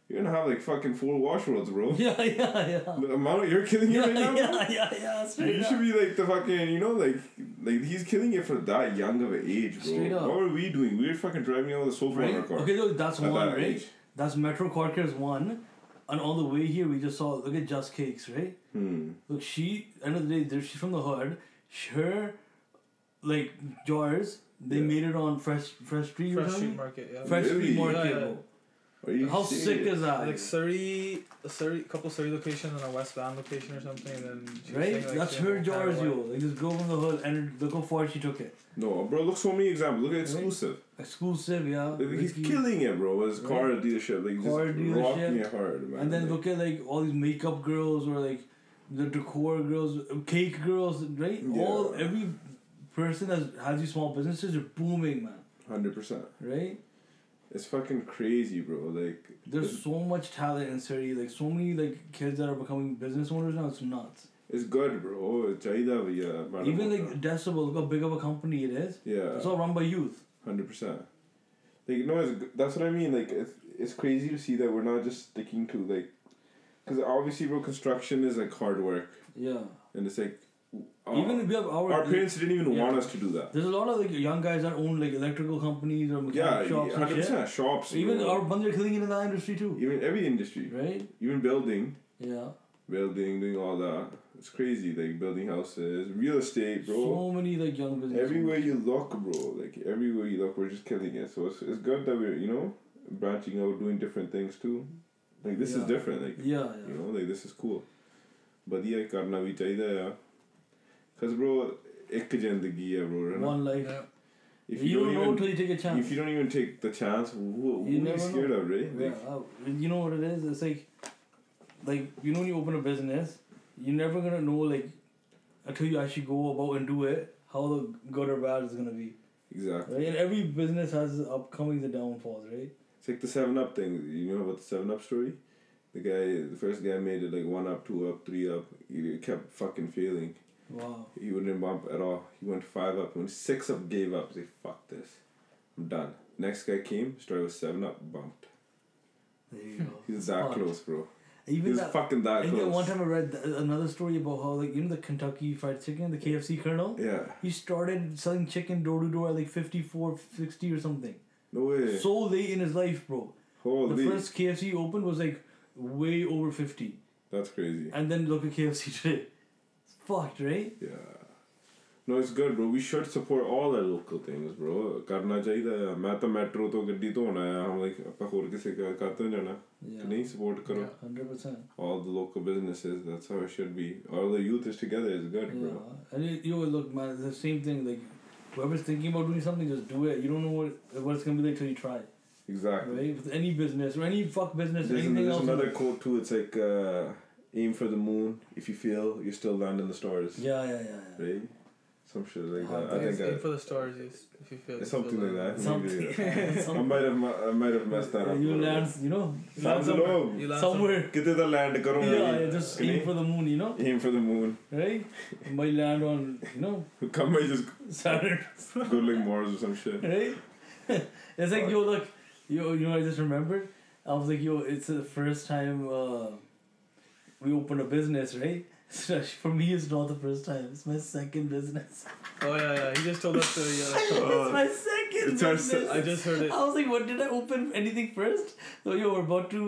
you're gonna have like fucking four wash worlds, bro.
Yeah, yeah, yeah.
The amount you're killing it
Yeah,
right now, bro.
yeah, yeah, yeah, straight
You
up.
should be like the fucking, you know, like like he's killing it for that young of an age, bro.
Straight up.
What were we doing? We were fucking driving out with a sofa on our
Right?
car.
Okay, look, that's
at
one,
that
right?
age.
That's Metro Corkers one. And all the way here, we just saw, look at Just Cakes, right?
Hmm.
Look, she, end of the day, there- she's from the hood. Sh- Her, like, jars, they
Yeah.
made it on Fresh Fresh Street or
Fresh Street
something?
Market, yeah.
Fresh
Really?
Street Market.
Yeah, yeah.
bro.
Are you
How
serious?
sick is that?
Like Surrey, a Surrey, couple Surrey locations and a West Van location or something. And then she was
right?
saying, like,
That's
you know,
her
kind
jars,
of like-
yo. Like, this girl from the hood, and look how far she took it.
No, bro. Look so many examples. Look at exclusive.
Exclusive, yeah.
Like, he's
Ricky.
killing it, bro. His car dealership, like
Car
just
dealership.
rocking it hard, man.
And then
Like,
look at like all these makeup girls or like the decor girls, cake girls, right? All
Yeah.
every person that has these small businesses are booming, man.
hundred percent.
Right?
It's fucking crazy, bro. Like
There's
it's,
so much talent in Surrey. Like so many like kids that are becoming business owners now. It's nuts.
it's E good, bro. Chahida bhaiya, madam.
Even like Decibel, look how big of a company it is. It's
yeah,
all run by youth.
hundred percent. Like no, it's, that's what I mean. Like it's it's crazy to see that we're not just sticking to like, because obviously, bro, construction is like hard work,
Yeah.
and it's like uh,
Even if we have our,
our parents didn't even
Yeah.
want us to do that.
There's a lot of like young guys that own like electrical companies or
Yeah,
mechanic shops and
hundred
shit.
percent shops.
Even
bro.
our buns are killing it in that industry too.
even every industry,
Right?
even building.
Yeah.
building, doing all that. It's crazy, like building houses, real estate, bro.
So many like young business.
everywhere you look, bro, like everywhere you look, we're just killing it. So it's, it's good that we're you know branching out, doing different things too. Like this
Yeah.
is different, like
Yeah,
you
yeah.
know, like this is cool. But yeah, karna bhi chahiye, yeah. Cause bro, ek zindagi hai, bro. right?
One life.
Yeah.
If
you,
you,
don't, know
don't,
until you take a
even
chance.
if you don't even take the chance, who, who
You
are you
never
scared of, right?
yeah,
Like,
uh, you know what it is? It's like, like you know when you open a business, you're never gonna know like until you actually go about and do it how the good or bad it's gonna be.
exactly.
Right? And every business has its upcomings and downfalls, right?
It's like the Seven Up thing. You know about the Seven Up story? The guy, the first guy made it like one up, two up, three up. He kept fucking failing.
Wow.
He wouldn't bump at all. He went five up. When six up, gave up. He's like, fuck this. I'm done. Next guy came, started with seven up, bumped.
There you go.
He was that
Fuck.
close, bro.
Even
he was
that.
fucking that
I think
close.
one time I read th- another story about how like you know the Kentucky Fried Chicken, the KFC Colonel.
yeah.
He started selling chicken door to door at like 54, 60 or something.
No way.
So late in his life, bro.
Holy.
The first KFC he opened was like way over 50.
That's crazy.
And then look at KFC today. It's fucked, right?
Yeah. No, it's good, bro. We should support all our local things, bro. करना चाहिए मैं तो metro तो गड्डी तो होना है हम like अपना और किसी का करते हो जाना नहीं support करो
Yeah.
100%.
all the local businesses. That's how it should be. All the youth is together. It's
Yeah.
good, bro.
And you, you would look, man, it's the same thing. Like, whoever's thinking about doing something, just do it. You don't know what, what it's going to be like till you try.
Exactly.
Right? With any business or any fuck business,
There's,
anything
there's
else.
another quote too. It's like uh, aim for the moon. If you fail, you still land in the stars.
Yeah, yeah, yeah. yeah.
Right. Some shit like
Ah,
that. I
Like,
think
it's aim
I,
for the stars yes, if you feel
it's
it's
something like that. Maybe, yeah.
Something.
I might have mu- I might have messed that up.
you
bro.
land, you know,
You land
Sounds
somewhere.
low.
You land
somewhere.
कितने तो land करो
Yeah,
मेरी।
yeah, just
नहीं?
aim for the moon, you know,
Aim for the moon.
right? You might land on, you know,
Come by just
Saturn.
go like Mars or some shit.
right? it's like
Fuck.
yo, look, yo, you know, what I just remembered. I was like, yo, it's the first time uh, we opened a business, right? So for me, it's not the first time. It's my second business.
Oh yeah, yeah. He just told us to. Yeah, that's cool.
it's my second
Oh. It's our
business.
se-
I just heard it.
I was like, what did I open anything first? So yo, we're about to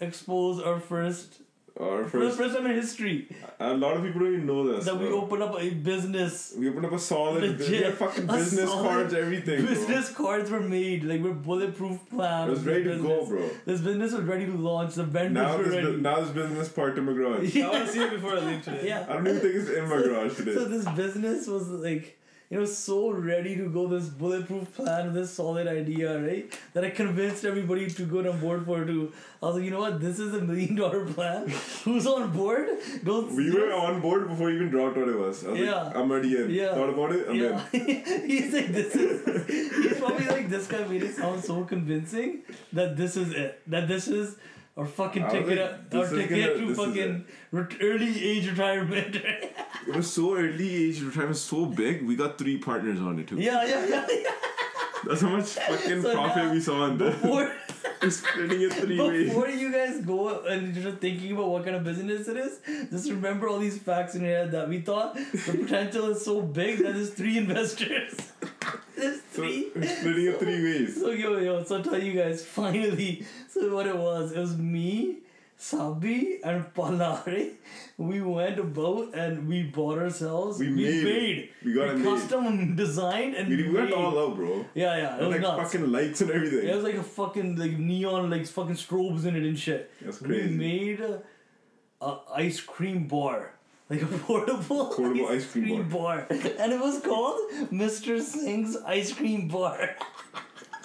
expose our first,
Or
for the
first,
first time in history,
a lot of people don't even know this.
that we
bro.
open up a business.
We opened up a solid.
Legit.
we had fucking
A
business
solid
cards, everything. Bro.
Business cards were made, like we're bulletproof
It
plans.
was ready to go, bro.
This business was ready to launch. The vendors
Now
were
this,
ready.
bu- now this business part in my garage.
I want to see it before I leave today.
I
yeah.
don't even think it's in my garage today.
So this business was like, you know, so ready to go. This bulletproof plan, this solid idea, right? That I convinced everybody to go on board for. To I was like, you know what? This is a million dollar plan. Who's on board? Don't.
we were on board before you even dropped what it was. I was
Yeah.
like, I'm already in.
Yeah.
Thought about it, I'm
Yeah, he's like this is. He's probably like this guy made it sound so convincing that this is it. That this is our fucking
I was
ticket.
like,
up-
this
our
is
ticket
gonna-
to
this is
fucking ret- early age retirement.
in. It was so early age, retirement was so big, we got three partners on it too.
yeah, yeah, yeah, yeah.
That's how much fucking
So
profit
now-
we saw in this.
Before,
We're splitting it three ways.
before you guys go and you're thinking about what kind of business it is, just remember all these facts in your head that we thought the potential is so big that there's three investors. there's
So
three.
we're splitting it three ways.
So yo yo, so I'll tell you guys finally. So what it was, it was me, Sabi, and Palare. We went about and we bought ourselves.
We made it. We got it
We
made.
custom designed and
We went
made.
all out, bro.
Yeah, yeah, it was
Like
nuts.
fucking lights and everything.
It was like a fucking like neon like fucking strobes in it and shit.
That's
We
crazy.
made a, a ice cream bar. Like a portable,
Portable ice cream
bar. and it was called Mr. Singh's Ice Cream Bar.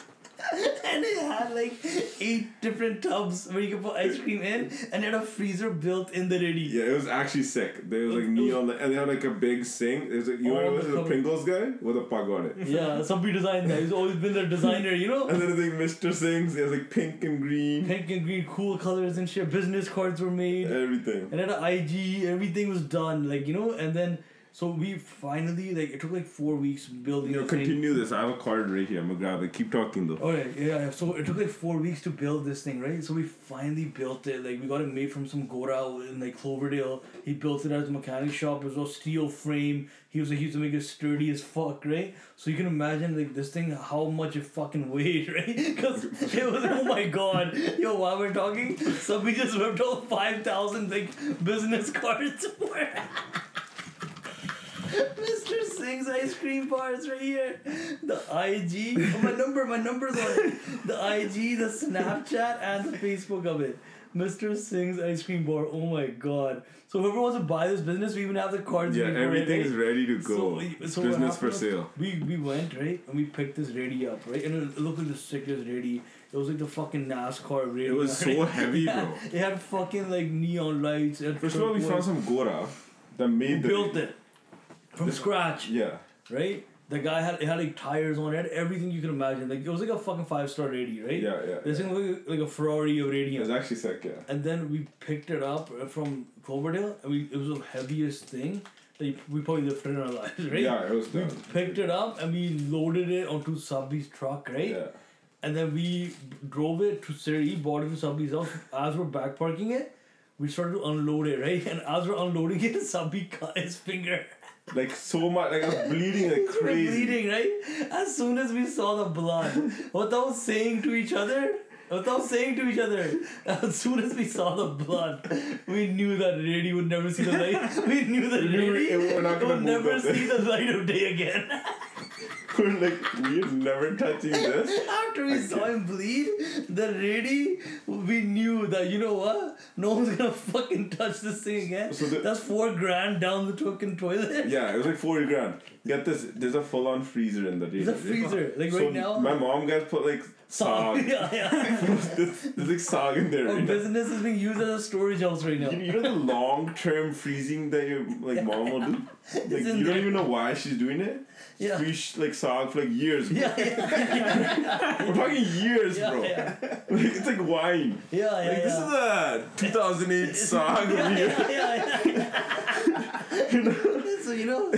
and it had like eight different tubs where you could put ice cream in and it had a freezer built in there already.
Yeah, it was actually sick. There was like
It was-
neon, li- and they had like a big sink. It was like you know
All
what it was?
the
The
cover-
Pringles guy with a pug on it.
Yeah, somebody designed that. He's always been their designer, you know?
And then it's like Mr. Sings. It was like pink and green,
Pink and green, cool colors and shit. Business cards were made.
everything.
And then the IG, everything was done, like you know, and then so we finally like it took like four weeks building.
You know,
the thing.
continue this. I have a card right here. I'm gonna grab it. Keep talking though.
Okay, Oh, yeah, yeah. So it took like four weeks to build this thing, right? So we finally built it. Like we got it made from some Gora in like Cloverdale. He built it at his mechanic shop. It was all steel frame. He was like he used to make it sturdy as fuck, right? So you can imagine like this thing how much it fucking weighed, right? Because it was oh my god, yo, while we're talking, somebody just ripped off five thousand like business cards for it. Mr. Singh's ice cream bars right here. The IG, oh, my number, my number's on it. The IG, the Snapchat, and the Facebook of it. Mr. Singh's ice cream bar. Oh my god! So whoever wants to buy this business, we even have the cards.
Yeah,
made for it,
everything's
right?
ready to go.
So- so what
Business for
happened-
sale.
We we went right and we picked this ready up right and it looked like the sickest ready. It was like the fucking NASCAR ready.
It was so heavy, bro.
It had fucking like neon lights. and
First of all, we found some Gora that made the
built it from
The-
scratch
Yeah,
right? The guy had it had like tires on it, everything you can imagine. Like it was like a fucking five star radio, right?
yeah, yeah.
This
yeah.
thing looked like, like a Ferrari of
It
radio.
was actually sick. Yeah.
And then we picked it up from Cloverdale, and we it was the heaviest thing that we probably lifted in our lives, right?
Yeah, it was
We
done.
picked it up and we loaded it onto Subby's truck, right?
Yeah.
And then we drove it to Surrey, bought it to somebody's house. As we're back parking it, we started to unload it, right? And as we're unloading it, Subby cut his finger.
Like so much. Like I was bleeding like
We were
crazy.
bleeding, right? As soon as we saw the blood, without saying to each other, without saying to each other, as soon as we saw the blood, we knew that Rady would never see the light. We knew that
We knew
Rady
it- we're not gonna
would
move
never
up there.
see the light of day again.
We're like we're never touching this.
After we saw him bleed, the Rady, we knew that, you know what? No one's gonna fucking touch this thing again.
So the-
That's four grand down the token toilet.
Yeah, it was like forty grand. Get this. There's a full on freezer in the.
It's a freezer. Like right now.
My mom guys put like
Sorry.
sog.
yeah, yeah.
there's, there's like sog in there.
Our
right now.
business is being used as a storage house right now.
You, you know the long term freezing that your like mom will do. Like
in
you don't
there.
even know why she's doing it.
Yeah.
We sh- like sog for like years. Bro.
Yeah, yeah,
We're talking years,
yeah,
bro.
yeah,
Like it's like wine.
yeah, yeah.
Like this is
yeah.
a 2008 song.
yeah,
you,
yeah, yeah,
you know,
So you know,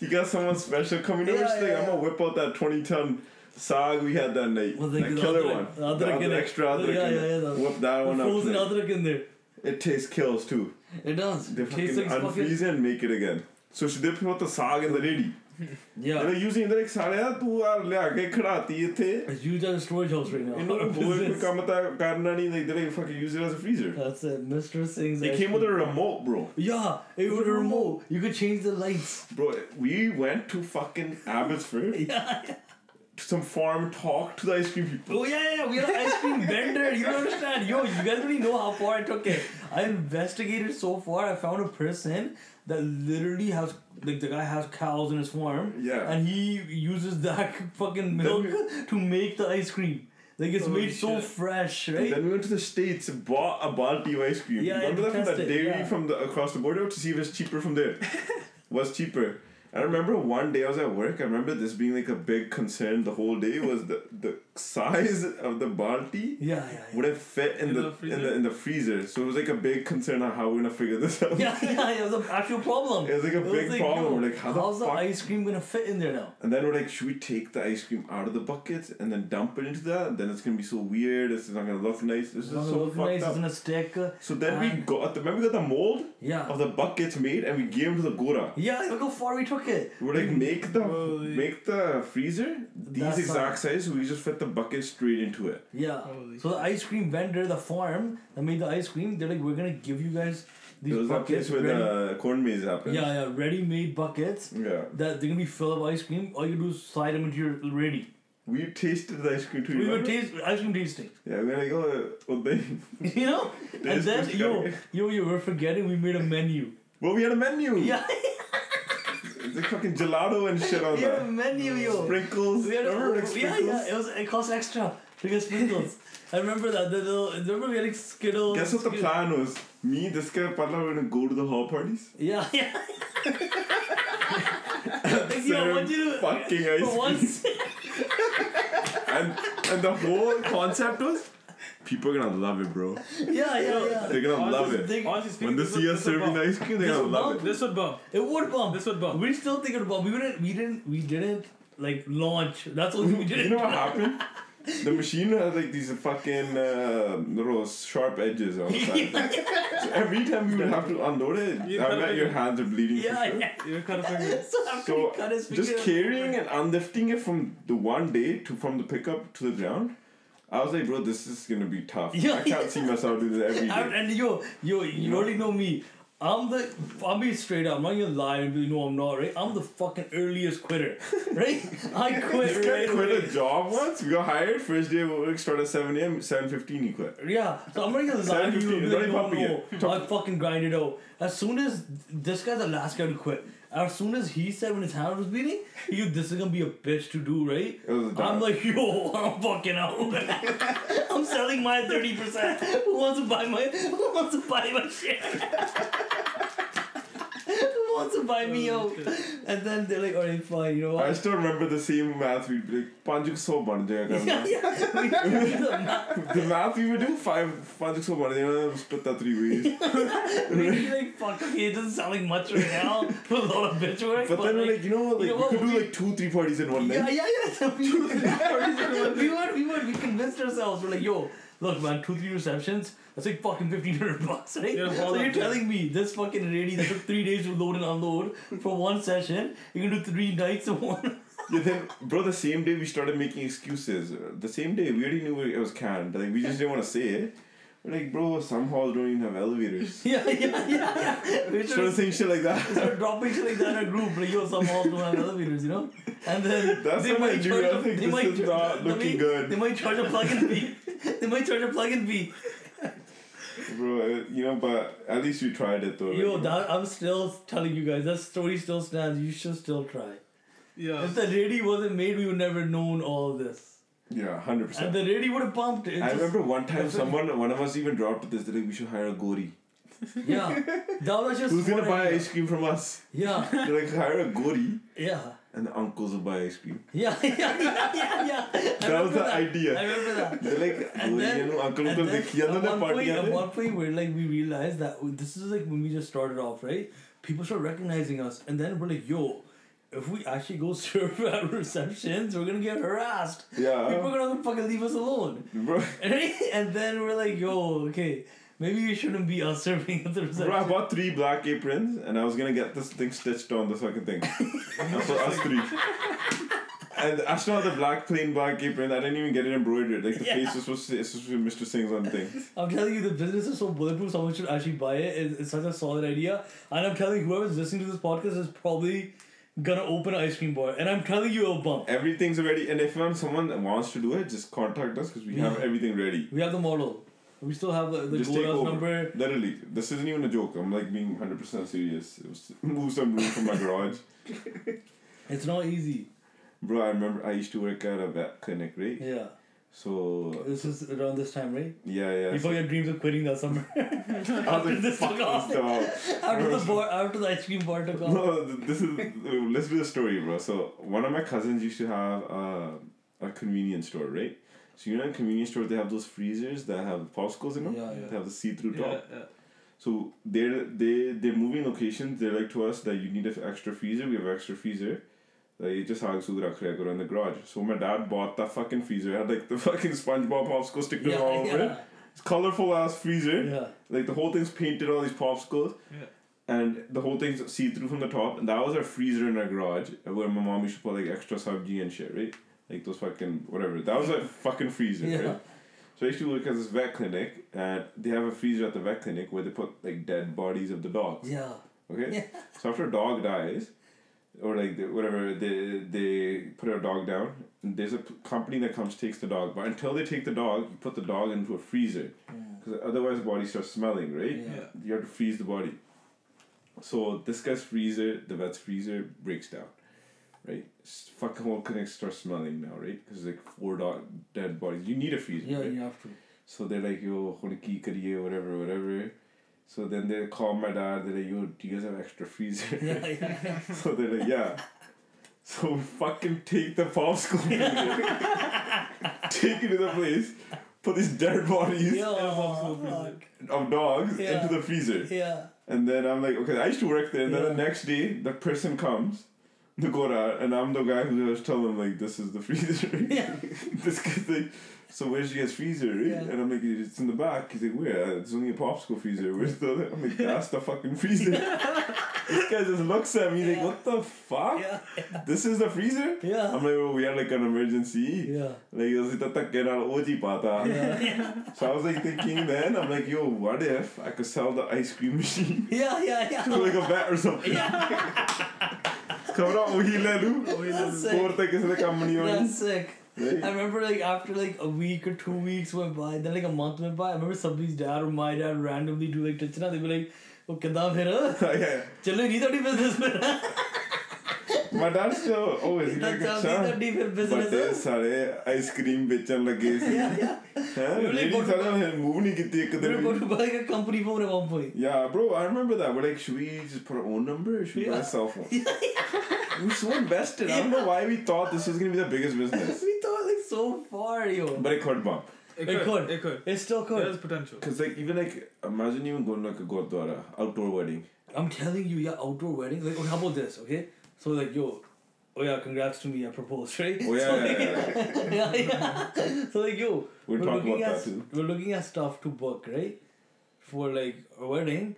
you got someone special coming over.
Yeah,
she's like,
yeah,
I'm gonna
yeah.
whip out that 20 ton sog we had that night.
Well, like
that
the
killer
other-
one.
the other kid-
extra other.
yeah,
kid.
yeah, yeah, the-
Whip that one up.
frozen
like-
adrak in there.
It tastes kills too.
It does.
They fucking
Tastes like
unfreeze
fucking.
it and make it again. So she did put the sog in the ready.
Yeah.
ਇਹਦਾ use ਇੰਦਰ ਇੱਕ ਸਾਲਿਆ ਤੂੰ ਆ ਲਿਆ ਕੇ ਖੜਾਤੀ ਇੱਥੇ
It's used as a storage house right now.
ਇਹਨਾਂ
Our
ਨੂੰ ਹੋਰ ਕੋਈ
business.
ਕੰਮ ਤਾਂ ਕਰਨਾ ਨਹੀਂ ਇੰਦਰ ਇੱਕ fuck use it as a freezer
That's it. Mr. Singh's.
It came
ice cream.
with a remote, bro.
Yeah, it was a remote. You could change the lights.
Bro, we went to fucking Abbotsford. To some farm, talk to the ice cream people.
Oh yeah, yeah, yeah, we are an ice cream vendor. You don't understand, yo. You guys really know how far I took it. I investigated so far. I found a person that literally has like the guy has cows in his farm.
Yeah.
And he uses that fucking milk to make the ice cream. Like it's
Holy
made so
shit.
fresh,
And
right?
then we went to the States, bought a balti of ice cream.
Yeah,
Remember that
yeah,
from
test
the
it,
dairy
yeah.
from the across the border to see if it's cheaper from there. was cheaper. I remember one day I was at work. I remember this being like a big concern the whole day was the, the size of the balti
Yeah, yeah, yeah.
would it fit in,
In
the,
the freezer.
in the in the freezer. So it was like a big concern on how we're gonna figure this out.
Yeah, yeah, it was an actual problem.
It was like a
It was
big
like,
problem.
yo,
We're like, how
How's
the
the
fuck?
ice cream gonna fit in there now?
and then we're like, should we take the ice cream out of the bucket and then dump it into that? Then it's gonna be so weird. This is not gonna look nice. This is
It's not gonna
so
look
fucked
nice,
up.
it's gonna stick. uh,
So then we
And-
got remember we got the mold
Yeah.
of the buckets made and we gave them to the Gora.
Yeah, look how far we took it.
We were like make the
Holy-
make the freezer these
That's
exact size. So we just fit the bucket straight into it.
Yeah.
Holy
So the ice cream vendor, the farm that made the ice cream, they're like, we're gonna give you guys
it
these
was that place
buckets.
where
ready-
the corn maze happened.
yeah, yeah, ready-made buckets
Yeah.
that they're gonna be filled up ice cream. All you do is slide them into your ready.
We tasted the ice cream too.
We were
remember?
taste ice cream tasting.
yeah, we were like, oh, oh they
You know, and
Taste
then
was
yo,
kinda-
yo, you were forgetting we made a menu.
Well, we had a menu.
Yeah,
The fucking gelato and shit on
we had a
that.
menu, yo.
Sprinkles.
We had a,
Remember like
yeah,
sprinkles?
yeah, it was it cost extra because sprinkles. I remember that the little. Remember we had like Skittles.
Guess what the
Skittles-
plan was? Me, this guy, Padla, we're gonna go to the hall parties.
Yeah, yeah. like, yo, what you do?
Fucking ice
For
cream.
once,
And, and the whole concept was people are gonna love it, bro.
yeah, yeah, yeah.
They're gonna love it.
Thing-
Honestly speaking,
When they
this
see
would-
us
this would
serving
bump.
ice cream, they're
This
gonna
will
love it.
This would bump.
It would bump.
This would bump.
We're still thinking about. We didn't. We didn't. We didn't like launch. That's what we didn't.
You know what happened? The machine had like these fucking uh, little sharp edges on the side. so every time we would have to unload it,
You
I
gotta
bet
make
your
it-
hands are bleeding. for
yeah,
sure.
yeah.
You're kind of fingers.
So after
So
we cut his
just
finger-
carrying and unlifting it from the one day to from the pickup to the ground, I was like, bro, this is gonna be tough.
Yeah.
I can't see myself do this every
I'm,
day.
and yo, yo, you already know me. I'm the. I'll be straight up. I'm not gonna lie and be no, I'm not right. I'm the fucking earliest quitter, right? I quit
This guy
right away.
quit a job once. We got hired. First day of work started at seven a.m. Seven fifteen, he quit.
Yeah, so I'm not gonna lie to
7:15,
you. and be
don't
Like,
even
no,
bump
no,
again.
I fucking grinded out. As soon as this guy's the last guy to quit, as soon as he said when his hand was bleeding, you this is gonna be a bitch to do, right?
It was
I'm
dumb.
like, yo, I'm fucking out. I'm selling my thirty percent. Who wants to buy my? Who wants to buy my shit? who wants to buy me out? And then they're like, alright, fine. You know
I
what?
still remember the same math we'd be like, "Panjuk so ban jayega."
yeah,
karna."
yeah. We did the math.
The math we would do five panjuk so ban jayega. Split that three ways.
Maybe like fuck okay, it doesn't sound like much right now for a lot of bitch work.
But then we're like, you know, what, like
know what,
we could
we-
do like two, three parties in one
yeah,
night.
yeah, yeah. So we, we were, we were, we convinced ourselves. We're like, yo, look, man, two, three receptions. That's like fucking fifteen hundred bucks, right?
Yeah,
so
hold
you're
on.
telling me this fucking lady that took three days to load and unload for one session, you can do three nights in one.
Yeah, then, bro, the same day we started making excuses. The same day, we already knew it was canned. Like, we just didn't want to say it. We're like, bro, some halls don't even have elevators.
yeah, yeah, yeah, yeah. We
Started
started,
saying shit like that.
started dropping shit like that in a group, like yo, some all don't have elevators, you know. And then
That's
they
when I
might
knew.
charge.
I was like,
they
this
might
is
charge-
not
they
looking
might- They
good.
might charge a plug-in fee. they might charge a plug-in fee.
Bro, uh, you know, but at least we tried it though.
Yo,
like,
that, I'm still telling you guys that story still stands. You should still try.
Yeah.
If the lady wasn't made, we would never known all this.
Yeah, 100%.
And the lady would have pumped it.
I
just-
remember one time
That's-
someone, one of us even dropped this, they're like, we should hire a gori.
Yeah, that was just.
Who's gonna
one
buy
idea.
ice cream from us?
Yeah,
They're like, hire a gori,
yeah,
and the uncles will buy ice cream.
yeah, yeah, yeah, yeah. yeah. I
That was
remember
the
that.
idea.
I remember that.
They're like,
And
"Gori,
then-
you know, uncle
And
ko
then
dekhiya na
at, one
party
point, at
mein."
one point, we're like, we realized that this is like when we just started off, right? People start recognizing us, and then we're like, yo, if we actually go serve at receptions, we're gonna get harassed. People
Yeah,
are gonna fucking leave us alone.
bro.
and then we're like, yo, okay, maybe we shouldn't be us serving at
Bro,
the
I
reception.
bought three black aprons and I was gonna get this thing stitched on the fucking thing. That's for us three. And I still had the black plain black apron. I didn't even get it embroidered. Like the
Yeah.
face was supposed to, it's supposed to be Mr. Singh's on the thing.
I'm telling you, the business is so bulletproof, someone should actually buy it. It's, it's such a solid idea. And I'm telling you, whoever's listening to this podcast is probably gonna open an ice cream bar. And I'm telling you, it'll bump.
Everything's already. And if um, someone wants to do it, just contact us because we have
Yeah.
everything ready.
We have the model. We still have the, the
just take
Gora's
over.
number.
Literally, this isn't even a joke. I'm like being 100% serious. It was, move some room from my garage.
It's not easy.
Bro, I remember I used to work at a vet clinic, right?
Yeah.
So
This is around this time, right?
yeah, yeah.
You
so-
thought your dreams of quitting that summer.
I was
after
like,
this
fuck
took off.
this dog.
After the bar, after the ice cream bar took off.
No, th- this is. Let's do the story, bro. So one of my cousins used to have uh, a convenience store, right? So you know, in convenience stores they have those freezers that have popsicles in them.
Yeah,
They have the see-through top.
Yeah, yeah.
So they're they they're moving locations. They're like to us that you need an extra freezer. We have extra freezer. Like it just hangs with rakh in the garage. So my dad bought that fucking freezer. It had like the fucking SpongeBob popsicle stickers
yeah,
all over
yeah,
it. It's colorful ass freezer.
yeah.
Like the whole thing's painted all these popsicles.
Yeah.
And the whole thing's see through from the top. And that was our freezer in our garage where my mom used to put like extra sabji and shit, right? Like those fucking whatever. That was our fucking freezer,
Yeah.
right? So I used to work at this vet clinic and they have a freezer at the vet clinic where they put like dead bodies of the dogs.
Yeah.
Okay? So after a dog dies, or like the, whatever, they, they put a dog down. And there's a p- company that comes takes the dog, but until they take the dog, you put the dog into a freezer because otherwise the body starts smelling, right?
Yeah.
Yeah.
You have to freeze the body. So this guy's freezer, the vet's freezer breaks down, right? S- Fucking whole clinic starts smelling now, right? Because like four dog dead bodies, you need a freezer.
Yeah,
right?
you have to.
So they're like, yo, what ki kariye, whatever, whatever. So then they call my dad. They're like, yo, do you guys have extra freezer?
Yeah, yeah.
So they're like, yeah. So we fucking take the popsicle freezer, take it to the place, put these dead bodies
Yo,
freezer.
fuck.
of dogs
Yeah.
into the freezer.
Yeah.
And then I'm like, okay, I used to work there. And then the
Yeah.
next day, the person comes, the Gora, and I'm the guy who was telling them, like, this is the freezer.
Yeah.
this guy's like, so where's your guys' freezer? right?
Yeah.
And I'm like, it's in the back. He's like, where? Uh, It's only a popsicle freezer. Where's the other? I'm like, that's the fucking freezer. this guy just looks at me like,
Yeah.
what the fuck?
Yeah.
This is the freezer? I'm
Yeah.
like, well, we had like an emergency.
Yeah.
Like, it was like, get out OG pata. So I was like thinking then, I'm like, yo, what if I could sell the ice cream machine?
Yeah, yeah,
to like
yeah.
a vet or something. Khamra wahi le lu.
That's
Four
sick.
tak kisi ne kaam nahi hona.
That's sick. I remember like after like a week or two weeks went by, then like a month went by. I remember somebody's dad or my dad randomly do like touch na. They'd be like, "Oh, kada phir?
Yeah.
Chalo ni tadi business mein.
My dad still always like
That's
a
how
chance.
ni tadi phir
But uh,
business
then
mein."
ਸਾਰੇ ice cream ਵੇਚਣ ਲੱਗੇ ਸੀ
Yeah, yeah.
ਹਾਂ
We were like,
lady
what
ਸਾਰਾ move ਨਹੀਂ ਕੀਤੀ ਇੱਕ
We were
ਦਿਨ
about to buy like a company phone at one point.
Yeah, bro, I remember that. We're like, should we just put our own number or should we buy a
Yeah.
cell phone? We're so invested. I don't know why we thought this was going to be the biggest business.
we thought like so far, yo.
But it could bump.
It,
It
could,
could.
It could.
it's still good.
There's potential.
Because, like, even like, imagine even going like a Gurdwara, outdoor wedding.
I'm telling you, yeah, outdoor wedding. Like, okay, how about this? Okay, so like, yo, oh yeah, congrats to me, I proposed, right?
Oh, yeah,
so,
yeah,
like,
yeah, yeah.
yeah, yeah. So like, yo,
We'll
we're
talk
looking
about that
at
too.
we're looking at stuff to book, right? For like a wedding,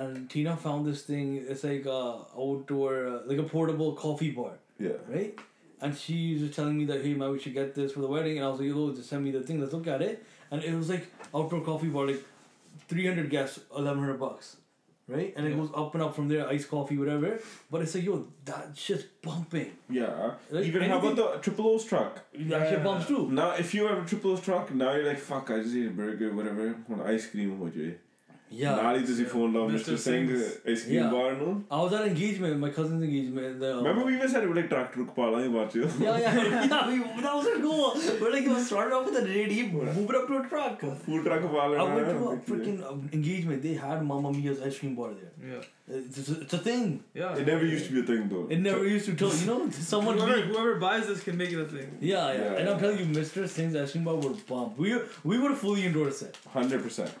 and Tina found this thing. It's like a outdoor, uh, like a portable coffee bar,
Yeah.
right? And she was just telling me that hey, man, we should get this for the wedding, and I was like, yo, just send me the thing. Let's look at it. And it was like outdoor coffee bar, like three hundred guests, eleven hundred bucks. Right? And it
Yeah.
goes up and up from there, iced coffee, whatever. But it's like, yo, that shit's pumping.
Yeah.
Like,
Even how about the Triple O's truck?
That shit bumps too.
Now, if you have a Triple O's truck, now you're like, fuck, I just ate a burger, whatever. I want ice cream, would you?
Yeah.
Now you just phone down Mr.
Mr.
Singh's
Singh's.
ice cream
Yeah.
bar, no?
I was at engagement, my cousin's engagement. The,
Remember we even said we like tractor kupala in Bachio?
Yeah, yeah, yeah. We, that was our goal. But like, it was started off with a lady, moved up to a truck. I
Food truck kupala.
went to a freaking um, engagement. They had Mamma Mia's ice cream bar there.
Yeah.
It's, it's, a, it's a thing.
Yeah.
It never used to be a thing though.
It never used to tell you know someone.
Whoever,
leaked.
whoever buys this can make it a thing.
Yeah, yeah,
Yeah,
and I'm
yeah.
telling you, Mr. Singh's ice cream bar would bump. We we would fully endorse it.
100%.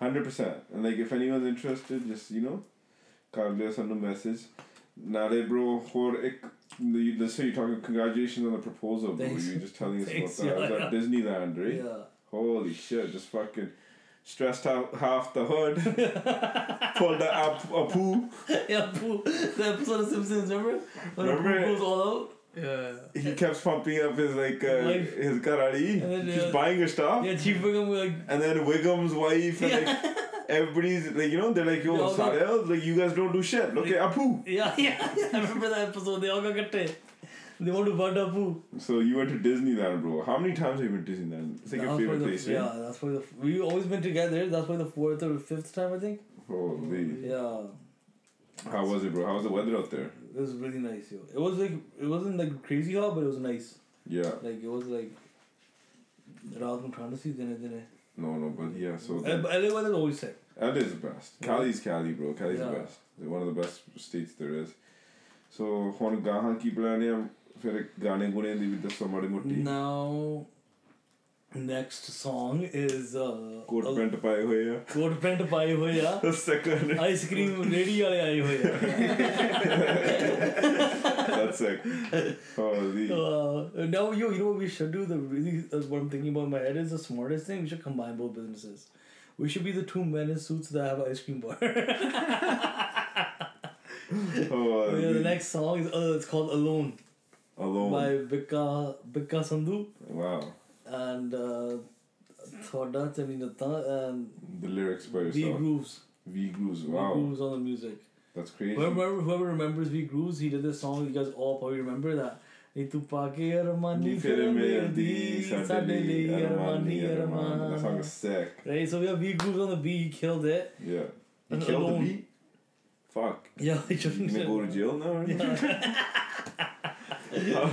100%. And like, if anyone's interested, just, you know, call us send a message. Nare bro, hor ek, you- let's say you're talking congratulations on the proposal, bro.
Thanks.
You're just telling us
Thanks,
about that.
yeah,
It was at Disneyland, right?
Yeah.
Holy shit, just fucking stressed out half the hood. Pulled the up a poo.
yeah, Pooh. The episode of Simpsons, remember? When
Remember?
Pooh goes all out?
Yeah.
He kept pumping up his like uh,
Life.
his karate.
And then,
He's
uh,
buying her stuff.
Yeah, Chief Wiggum, we're like,
And then Wiggum's wife and like everybody's like you know, they're like,
They
yo,
all got-
Sarel, like you guys don't do shit. Look at Apu.
yeah, yeah, yeah. I remember that episode. They all got cut They want to burn up Pooh.
So you went to Disneyland, bro. How many times have you been to Disneyland? It's like your
That's why
favorite
the-
place,
Yeah,
right?
that's why the we always been together. That's why the fourth or fifth time I think.
Holy.
Yeah,
How was it, bro? How was the weather out there?
it was really nice. Yo, it was like it wasn't like crazy hot, but it was nice.
Yeah.
Like it was like ਰਾਤ ਨੂੰ ਠੰਡ ਸੀ ਦਿਨੇ ਦਿਨੇ
No, no, but yeah, so
ਐ
that,
ਐਲੇ ਵਾਲੇ always said
that is the best. Cali's Cali, bro. Cali's the
Yeah.
best. They're one of the best states there is. So, ਹੁਣ ਗਾਹਾਂ ਕੀ plan ਹੈ ਫਿਰ ਗਾਣੇ ਗੁਣੇ ਦੀ ਵੀ ਦੱਸੋ ਮਾੜੀ ਮੋਟੀ
now next song is uh
coat pant ਪਾਏ ਹੋਏ ਆ
ਕੋਟ ਪੈਂਟ ਪਾਏ ਹੋਏ ਆ
second
ਆਈਸ ਕ੍ਰੀਮ ਰੇੜੀ ਵਾਲੇ ਆਏ ਹੋਏ ਆ
that's it holy
Uh, now, yo, you know what we should do? The really, uh, what I'm thinking about in my head is the smartest thing. We should combine both businesses. We should be the two men in suits that have an ice cream bar.
Oh, holy
Oh, yeah, the next song is uh, it's called Alone
alone
by Bika Bika Sandhu
wow
and uh, Thoda Chaminata and
the lyrics by
V
yourself
Grooves.
V grooves
V
wow
Grooves on the music.
that's crazy
Whoever, whoever remembers V Grooves, he did this song. You guys all probably remember that. ਨੀ ਤੂੰ ਪਾ ਕੇ ਅਰਮਾਨੀ
ਨੀ ਫਿਰ ਮੇਰ
ਦੀ
ਦੀ
ਸਾਡੇ ਲਈ ਅਰਮਾਨੀ
that song
Arman
is sick
Right, so we have V Grooves on the beat. He killed it.
yeah you
And
killed
Alone.
the beat fuck
Yeah, he
you gonna go to
just.
jail now or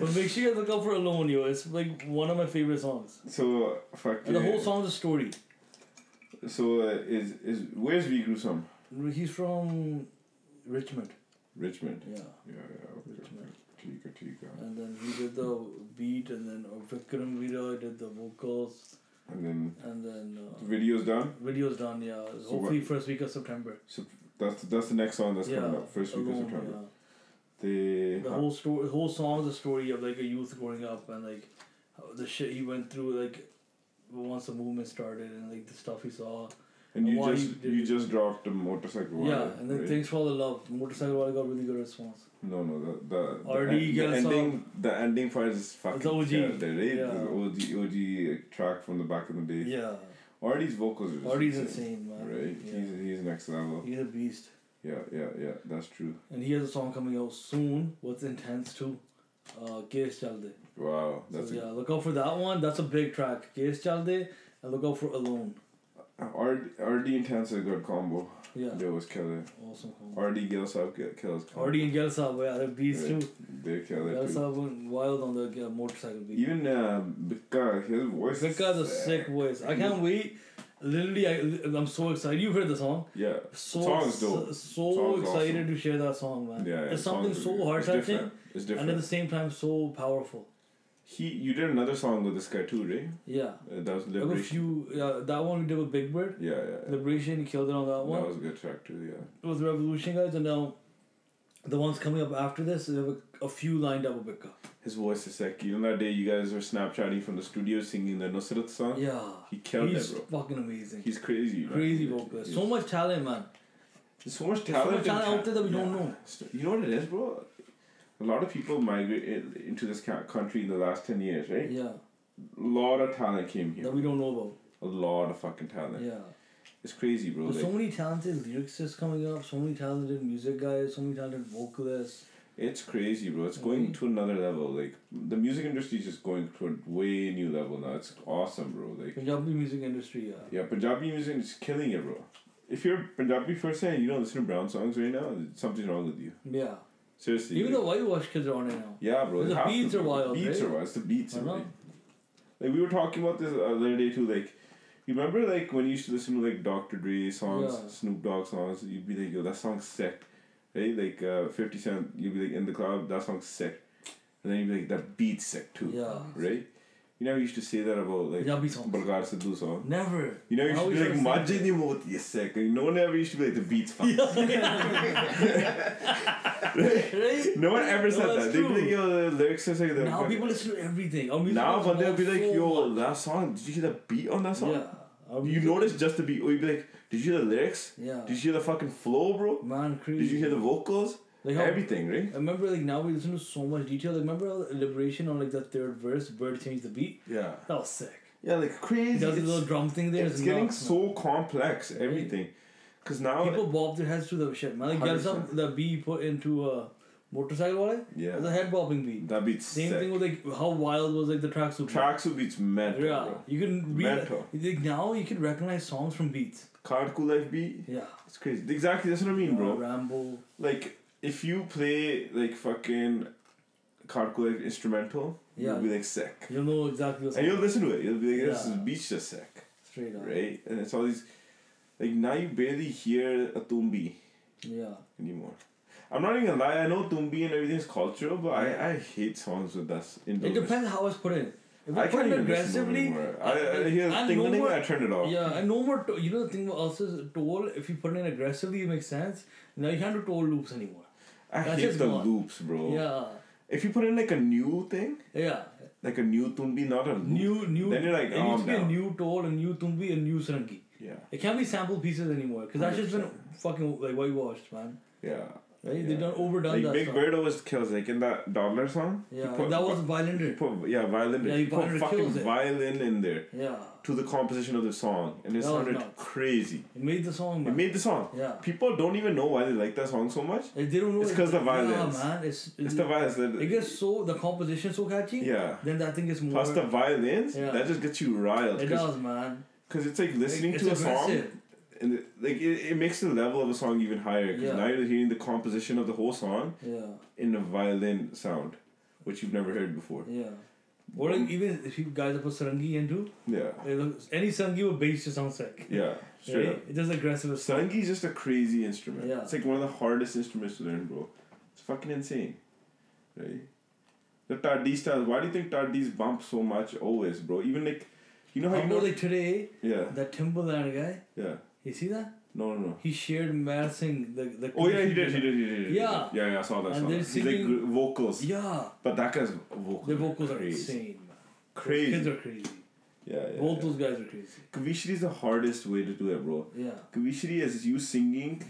but make sure you look out for Alone, yo. It's like one of my favorite songs.
so fuck
And the whole
yeah.
song's a story.
so uh, is is where's V grooves from
He's from Richmond.
Richmond
Yeah,
yeah yeah okay, okay.
Richmond.
ਠੀਕ ਹੈ ਠੀਕ ਹੈ
And then he did the beat, and then uh, Vikram Veera did the vocals,
and then
and then uh,
video's done
video's done. Yeah, hopefully first week of September.
so that's that's the next song that's
yeah,
coming up first week of
Alone,
September
yeah.
The,
the whole story, whole song is a story of like a youth growing up and like how the shit he went through, like once the movement started and like the stuff he saw.
and
and
you
why
just
you
you,
did it.
just dropped the motorcycle.
yeah,
ride,
and then
right?
thanks for all the love. Motorcycle Rally got really good response.
No, no, the the, the,
Already
en-
get
the
us
ending the ending part is fucking eh?
It's OG.
terrible, right?
Yeah.
The OG OG track from the back of the day.
Yeah,
Artie's vocals are just
Artie's insane, man.
Right,
Yeah.
he's he's next level.
He's a beast,
Yeah, yeah, yeah. That's true.
and he has a song coming out soon. What's intense too. Uh, Gays Chalde.
Wow, that's
so yeah, look out for that one. That's a big track. Gays Chalde, and look out for Alone.
a, RD, RD and Tan's a good combo.
Yeah,
They was killer.
awesome.
RD Gil Sub kills. combo.
Artie and Gelsab, yeah, they're beasts
Right.
too.
They're killer too.
Gelsab went wild on the uh, motorcycle beat.
Even uh, Bika, his voice. is
Vika has a
sick.
sick voice. I can't wait. Literally, I, I'm so excited. You've heard the song.
Yeah.
So
Song's dope.
So, so
Song's
excited
awesome.
to share that song, man.
Yeah,
it's something
songs are
so
good.
heart
It's
touching
different. It's
and at
different.
the same time so powerful.
He, you did another song with this guy too, right?
Yeah.
Uh, that was
Like a
Liberation.
few. Yeah, that one we did with Big Bird.
Yeah, yeah. yeah.
Liberation, he killed it on that
That
one.
was a good track too. Yeah.
It was Revolution guys, and now the ones coming up after this, we have a, a few lined up with Vika.
His voice is sick. Even that day, you guys were Snapchatting from the studio singing the Nusrat song.
Yeah.
He killed
He's
it,
fucking amazing.
bro. He's crazy. man. He-
Crazy vocalist.
he's-
So much talent, man.
There's so much
There's so
talent.
much
in
talent out
Can-
there that we don't
Yeah.
know.
So- You know what it is, bro. A lot of people migrated into this ca- country in the last ten years, right?
Yeah.
A lot of talent came here.
That we don't know
A lot of fucking
about.
talent.
Yeah.
It's crazy, bro.
There's so
Like,
many talented lyricists coming up, so many talented music guys, so many talented vocalists.
it's crazy, bro. It's going
Mhm.
to another level. Like the music industry is just going to a way new level now. It's awesome, bro. Like
Punjabi music industry, yeah.
Yeah, Punjabi music is killing it, bro. If you're Punjabi first and you don't listen to Brown songs right now, something's wrong with you.
Yeah.
Seriously.
Even the
like-
whitewash kids are on it now.
yeah, bro.
But the
it has to
beats
be.
are wild,
Beats
right?
are wild. It's the beats,
I know.
right? Like we were talking about this uh, the other day too. Like, you remember like when you used to listen to like Dr. Dre songs,
Yeah.
Snoop Dogg songs. You'd be like, yo, that song's sick. Right? Like uh, Fifty Cent. You'd be like, in the club, that song's sick. And then you'd be like, that beat's sick too.
Yeah.
Right? You never used to say that about like
Punjabi songs.
Bulgar Sidhu song.
Never.
You know, you
I
should
always
be like,
heard
Majid ni
the
moti is sick. Like, no one ever used to be like, the beat's fucking
same thing. right?
No one ever said
No,
that.
that's
They'd be like,
true.
yo, the lyrics are sick. they're
Now
fucking-
people listen to everything. Our music
now
has
but they'll be
evolved
like,
so
yo,
much.
that song, did you hear the beat on that song?
Yeah. Our
You
music-
notice just the beat. Or you'd be like, did you hear the lyrics?
Yeah.
Did you hear the fucking flow, bro?
Man, crazy.
Did you hear the vocals?
like how,
Everything, right?
I remember like now we listen to so much detail. Like remember how the Liberation on like that third verse, Bird changed the beat.
Yeah.
That was sick.
Yeah, like
He
crazy.
does a
It's,
little drum thing there.
it's getting
nuts,
so
man.
complex, everything. Because now,
People bob their heads to the shit, man. Like, gets up
100%.
the B put into a motorcycle wale.
Yeah.
It's a head bobbing beat.
that beat's
Same
sick.
thing with like how wild was like the tracks with
Tracksuit beats mental,
Yeah.
bro.
You can read
Mental.
like now you can recognize songs from beats.
Card Cool Life beat.
Yeah. Uh,
It's crazy. Exactly, that's what I mean, bro.
Ramble.
like if you play like fucking Carcoy instrumental
Yeah.
You'll be like sick.
You'll know exactly what's
And you'll
happening.
listen to it. You'll be like, this
Yeah.
is beach just sick.
Straight up.
Right? And it's all these. Like, now you barely hear a tumbi
Yeah.
anymore. I'm not even gonna lie, I know tumbi and everything's cultural, but I, I hate songs with that. in
It
those-
depends how it's put in. If
I
it's put
can't
in
even listen to them
aggressively,
anymore. I, I hear
and
thing
no
thing,
more-
I turn it off.
yeah, and no more. To- you know the thing also is toll. If you put in aggressively, it makes sense. Now you can't do toll loops anymore.
I
That's
hate
just
the
gone.
loops, bro.
Yeah,
If you put in like a new thing,
yeah.
like a new tumbi, not a loop.
New, new.
Then you're like,
it needs
"Oh,
to be a
no."
new toll, a new tumbi, a new sarangi.
Yeah.
It can't be sample pieces anymore because that's just been
100%.
fucking like whitewashed, man.
Yeah.
Right?
Yeah.
They done overdone
like
that
Big
stuff.
Bird always kills, like in that Dollar song. he
Yeah,
put-
that was
He
violent.
put, yeah, violin.
Yeah,
he
he
put
violin
fucking
kills it.
violin in there
Yeah,
to the composition of the song, and it
That was
sounded
nuts.
crazy.
it made the song.
It
Man.
made the song.
yeah.
People don't even know why they like that song so much.
Like, they don't know.
It's
it-
'cause the violence.
Yeah, man. It's,
It's the violence.
Mm-hmm. It
That,
gets so the composition so catchy.
yeah.
Then that thing gets more.
Plus the violins,
Yeah.
that just gets you riled.
it does, man.
Because it's like listening
It's
to a
aggressive.
song, and it, like it, it makes the level of a song even higher. Because
Yeah.
now you're hearing the composition of the whole song
Yeah,
in a violin sound, which you've never heard before.
yeah. Or like even if you guys have put sarangi into
Yeah,
any sarangi with bass just sounds sick.
yeah, straight
Right?
up.
It's just aggressive as fuck.
Sarangi is just a crazy instrument.
Yeah.
It's like one of the hardest instruments to learn, bro. It's fucking insane, right? The Tardis styles. Why do you think Tardis bump so much always, bro? Even like, you know how
I
you
know
know?
like today
yeah,
that Timbaland guy.
yeah.
You see that?
No, no, no.
He shared Mad Singh the the.
Oh yeah, he did, he did, he did. he did.
Yeah.
yeah, yeah. I saw that. I
And
saw that.
they're
He's like
singing-
gr- vocals,
Yeah,
but that guy's vocals.
their
are
vocals are
crazy.
insane. Man. Those Kids
Crazy.
are crazy.
Yeah, yeah.
Both
yeah.
those guys are crazy.
Kavishri is the hardest way to do it, bro.
Yeah.
Kavishri is you singing.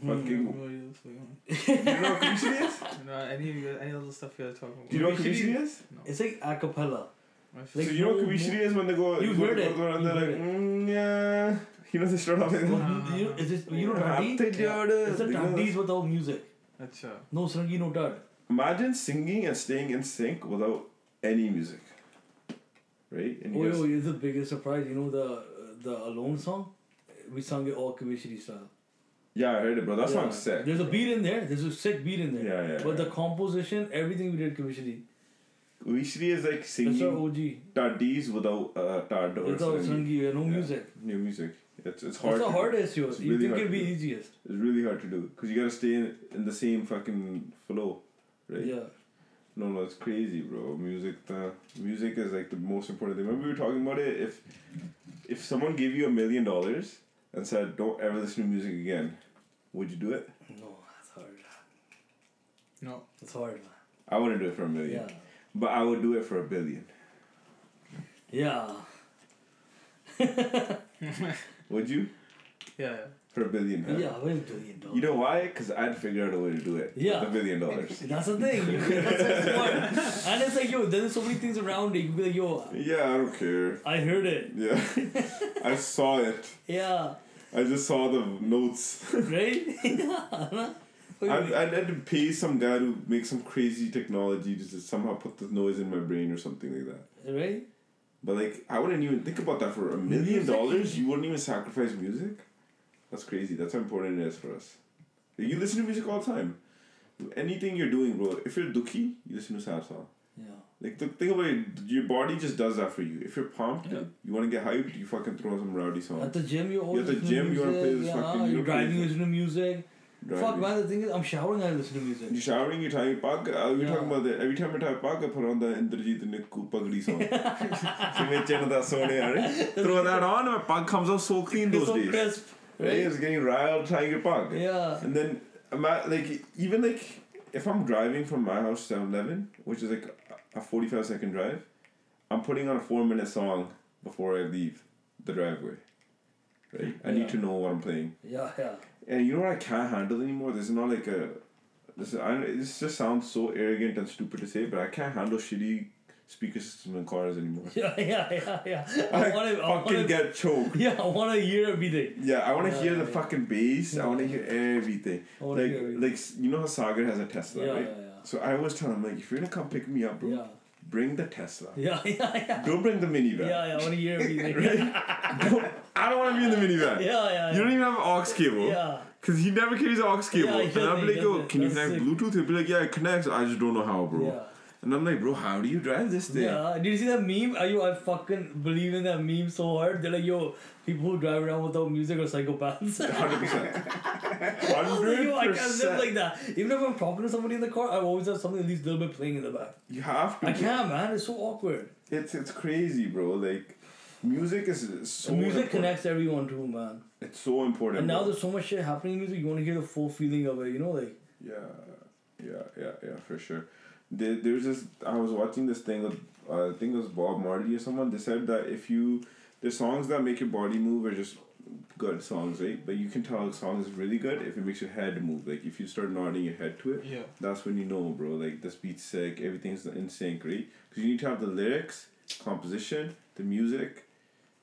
Hmm.
Fucking. you know what Kavishri is?
No, any of you, any of the stuff you guys talking about.
Do you know what
Kavishri-
Kavishri is?
It's like a cappella.
My f-
Like
so you know
no
what Kavishri is when they go.
You
go,
heard
go,
it.
go around,
You
they're
heard
like, mm, yeah. You know they start off like
Well,
that.
Ah.
you, is it, you know
Happy
Dandi?
Jordan.
It's a
You know
Dandi's without music.
Acha.
No sarangi, no dud.
Imagine singing and staying in sync without any music. Right? And
Oh,
you guys-
yo, it's the biggest surprise. You know the the Alone song? We sung it all Kavishri style.
yeah, I heard it, bro. That
Yeah.
song's sick.
There's a
bro.
beat in there. There's a sick beat in there.
Yeah, yeah.
But
yeah.
the composition, everything we did Kavishri.
Vishri is like
That's our
singing
OG.
Tardis without uh, Tard or
Without
something.
sarangi, yeah, no
Yeah.
music.
New music. It's, it's hard.
That's the
to do.
hardest, yo.
It's
you
really
think
hard
it'd be
to do.
easiest.
It's really hard to do because you gotta stay in, in the same fucking flow, right?
Yeah.
No, no, it's crazy, bro. Music, the music is like the most important thing. Remember we were talking about it. If if someone gave you a million dollars and said, "Don't ever listen to music again," would you do it?
No, that's hard.
No.
That's hard, man.
I wouldn't do it for a million,
Yeah.
but I would do it for a billion.
Yeah.
Would you?
Yeah. yeah.
For a billion? huh?
Yeah, we're a billion dollars.
You know why? Because I'd figure out a way to do it.
Yeah.
With a billion dollars.
That's the thing. That's so smart. And it's like, yo, there's so many things around it. You can be like, yo,
Yeah, I don't care.
I heard it.
Yeah. I saw it.
Yeah.
I just saw the notes.
Right? yeah.
I'd, I'd, I'd pay some guy to make some crazy technology to just somehow put the noise in my brain or something like that.
right?
But like, I wouldn't even think about that for a million
Music?
dollars. You wouldn't even sacrifice music. That's crazy. That's how important it is for us. Like, you listen to music all the time. Anything you're doing, bro. If you're dookie, you listen to sad song.
Yeah.
Like th- think about it. Your body just does that for you. If you're pumped,
Yeah.
you want to get hyped. You fucking throw on some rowdy
At
song.
the gym, you're always
the
listening
gym, you wanna play
music,
this
yeah,
fucking- you
You're
wanna play
driving,
this-
listening to music.
Drive
Fuck,
you.
man, the thing is, I'm showering, I listen to music.
You showering, you tying pag. Uh, we
Yeah.
talking about that every time we type pag. I put on the Indrajit Nikku pagdi song. So we change that song, right? Throw that on, my pag comes out so clean
it's
those
so
days.
crisp.
Right?
Right?
It's getting riled tying your pag.
Yeah.
And then I'm at, like even like if I'm driving from my house to 7-Eleven, which is like a 45 second drive, I'm putting on a four minute song before I leave the driveway. Right? I
Yeah.
need to know what I'm playing.
Yeah, yeah.
And you know what I can't handle anymore? This is not like a. This, is, I, this just sounds so arrogant and stupid to say, but I can't handle shitty speaker system in cars anymore.
Yeah, yeah, yeah, yeah.
I,
I want to, I want
fucking
to,
get choked.
yeah, I want to hear everything.
Yeah, I want to
Yeah,
hear the
yeah.
fucking bass. I want to hear everything.
I want to
Like,
hear everything.
like you know how Sagar has a Tesla,
yeah,
right?
yeah,
So I always tell him like, if you're gonna come pick me up, bro,
yeah.
bring the Tesla.
Yeah, yeah, yeah, yeah.
Don't bring the minivan.
Yeah, yeah, I want to hear everything.
Don't- I don't want to be in the minivan.
Yeah, yeah.
You don't even have an aux cable.
yeah.
Cause he never carries an aux cable.
he
and I'll
doesn't,
be like,
he
yo,
doesn't.
can you
That's
connect
sick.
Bluetooth? He'll be like, yeah, it connects. I just don't know how, bro.
Yeah.
And I'm like, bro, how do you drive this thing?
Yeah, uh, did you see that meme? Are you? I fucking believe in that meme so hard. They're like, yo, people who drive around without music are psychopaths.
Hundred percent.
I was like, yo, Oh, I
Hundred
can't live
percent.
like that. Even if I'm talking to somebody in the car, I always have something at least a little bit playing in the back.
You have to.
I
bro.
can't, man. It's so awkward.
It's it's crazy, bro. Like, music is so.
music
important.
connects everyone too, man.
It's so important.
And now
bro.
there's so much shit happening in music. You want to hear the full feeling of it. You know, like
Yeah, yeah, yeah, yeah, for sure. There, there's this. I was watching this thing with uh, I think it was Bob Marley or someone. They said that if you the songs that make your body move are just good songs, right? But you can tell a song is really good if it makes your head move. Like if you start nodding your head to it,
Yeah.
that's when you know, bro. Like this beat's sick. Everything's in sync, right? Because you need to have the lyrics, composition, the music.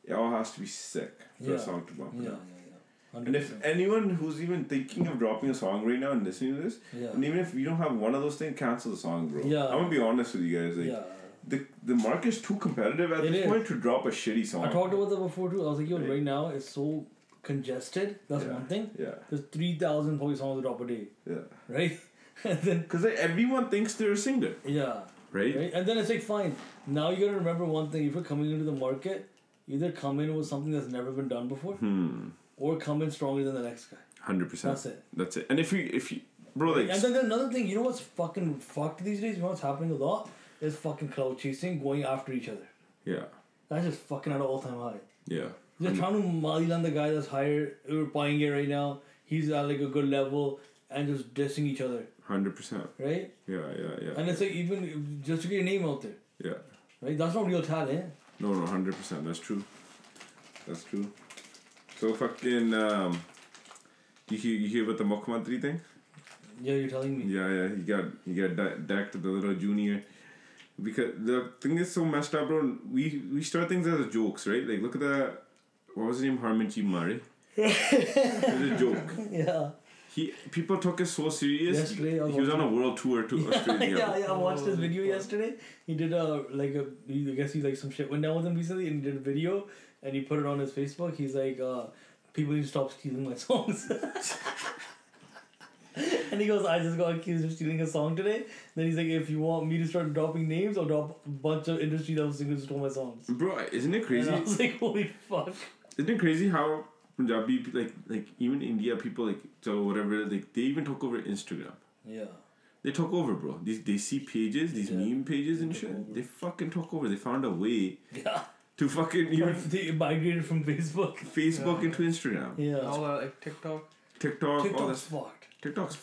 It all has to be sick for
Yeah.
a song to bump. it
yeah,
up.
yeah, yeah.
And if
100%.
anyone who's even thinking of dropping a song right now and listening to this,
yeah,
and even if you don't have one of those things, cancel the song, bro.
Yeah.
I'm gonna be honest with you guys. Like
yeah.
the the market is too competitive at
It
this
is.
point to drop a shitty song.
I talked about that before too. I was like, yo,
Right.
right now it's so congested. That's
Yeah.
one thing.
yeah,
There's 3,000 fucking songs to drop a day,
yeah.
right? and then,
Because like, everyone thinks they're a singer,
yeah.
right?
Right? And then it's like, fine. Now you gotta remember one thing. If you're coming into the market, either come in with something that's never been done before
Hmm.
or come in stronger than the next guy.
Hundred percent.
That's it.
That's it. And if you if you bro like
And then there's another thing, you know what's fucking fucked these days? You know what's happening a lot? Is fucking cloud chasing going after each other.
yeah
That's just fucking at an all time high.
yeah
They're trying to molly down the guy that's higher or buying it right now. He's at like a good level and just dissing each other,
hundred percent
right?
yeah yeah yeah
And it's like even just to get your name out there,
yeah
right? That's not real talent.
no no hundred percent that's true that's true. So fucking um, you hear you hear about the Mukhyamantri thing?
Yeah, you're telling me.
Yeah, yeah, he got he got de- decked the little junior. Because the thing is so messed up, bro. We we start things as jokes, right? Like look at the what was his name, Harman G. Murray. it was a joke.
Yeah.
He people took it so serious.
Yesterday I was
he was on a world tour to
Yeah,
Australia.
yeah, I watched his
Oh,
video
fuck.
yesterday. He did a like a he- I guess he like some shit went down with him recently, and he did a video and he put it on his Facebook. He's like, uh, "People need to stop stealing my songs." and he goes, "I just got accused of stealing a song today." Then he's like, "If you want me to start dropping names, I'll drop a bunch of industry that was singers who stole my songs."
Bro, isn't it crazy?
And I was like, "Holy fuck!"
Isn't it crazy how Punjabi pe- like like even India people like so whatever like they even took over Instagram.
Yeah.
They took over, bro. These they see pages, these
Yeah.
meme pages
They
and
took
shit.
over.
They fucking took over. They found a way
Yeah.
to fucking even
they migrated from Facebook.
Facebook
Yeah.
into Instagram,
And all
Yeah.
that uh, like TikTok. Oh,
TikTok, all
TikTok's
this.
fucked.
TikTok's.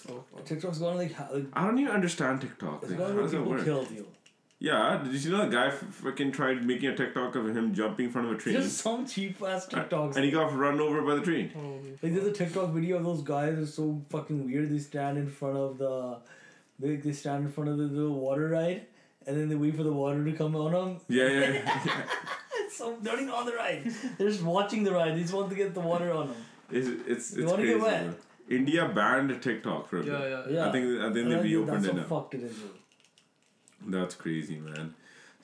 TikTok's gone like ha- like
I don't even understand TikTok.
it's
Like,
gone
how
where
does that
people
work?
killed you.
Yeah, did you know the guy f- fucking tried making a TikTok of him jumping in front of a train,
Just some cheap ass TikToks.
and he got run over by the train.
Holy
like there's a
fuck.
TikTok video of those guys who's so fucking weird. They stand in front of the, they, they stand in front of the, the water ride, and then they wait for the water to come on them.
Yeah, yeah, yeah.
It's so they're not even on the ride. They're just watching the ride. They just want to get the water on them.
it's it's,
You
it's
wanna
crazy.
get wet?
bro. India banned TikTok for a bit.
Yeah, yeah,
Yeah.
I think I think they reopened
that's
it
how
now.
fucked it is. bro.
that's crazy man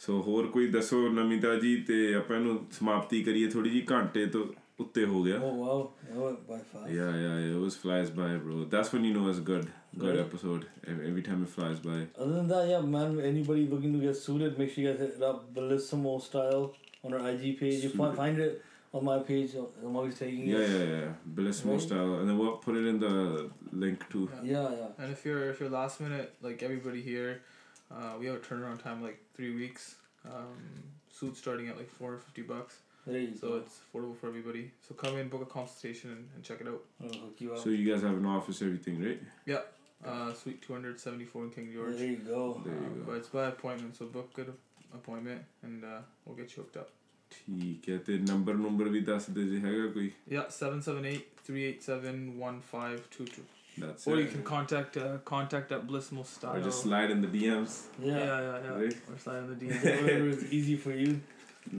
ਸੋ ਹੋਰ ਕੋਈ ਦੱਸੋ ਨਮਿਤਾ ਜੀ ਤੇ ਆਪਾਂ ਇਹਨੂੰ ਸਮਾਪਤੀ ਕਰੀਏ ਥੋੜੀ ਜੀ ਘੰਟੇ ਤੋਂ ਉੱਤੇ ਹੋ ਗਿਆ
Oh wow, that went by fast.
Yeah, yeah, it always flies by, bro. That's when you know it's good. Good
Right.
episode. Every, every time it flies by.
Other than that, yeah, man. Anybody looking to get suited, make sure you guys hit up Bellissimo Style on our IG page. You find,
Suited.
find it on my page. I'm always taking
Yeah,
it.
yeah, yeah. Bellissimo
Right.
style. And then we'll put it in the link too.
Yeah.
Yeah, yeah.
And if you're if you're last minute, like everybody here, uh, we have a turnaround time of, like three weeks. Um, suit starting at like four fifty bucks,
There you
Mm-hmm.
so
go.
it's affordable for everybody. So come in, book a consultation, and, and check it out.
I'll hook you up.
So you guys have an office, everything, right?
Uh, suite two hundred seventy four in King George.
There you go.
There you
Uh,
go.
But it's by appointment, so book good appointment, and uh, we'll get you hooked up.
ਠੀਕ ਹੈ ਤੇ number number ਵੀ ਦੱਸ ਦੇ ਜੇ ਹੈਗਾ ਕੋਈ
Yeah, seven seven eight three eight seven one five two two.
That's
Or you
it.
can contact uh, contact at Blissful Style.
Or just slide in the DMs.
Yeah.
yeah, yeah, yeah.
Right.
Or slide in the DM.
Whatever is easy for you.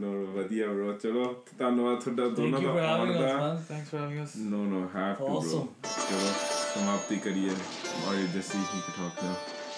ਨੋ ਵਧੀਆ bro ਚਲੋ ਧੰਨਵਾਦ ਤੁਹਾਡਾ
Thank
ਦੋਨਾਂ
you for
ਦਾ ਆਉਣ
having us,
the
man.
Thanks for having us.
No no have to bro
Awesome.
ਚਲੋ ਸਮਾਪਤੀ ਕਰੀਏ ਔਰ ਜਸੀ ਹੀ ਟਾਕ ਨਾ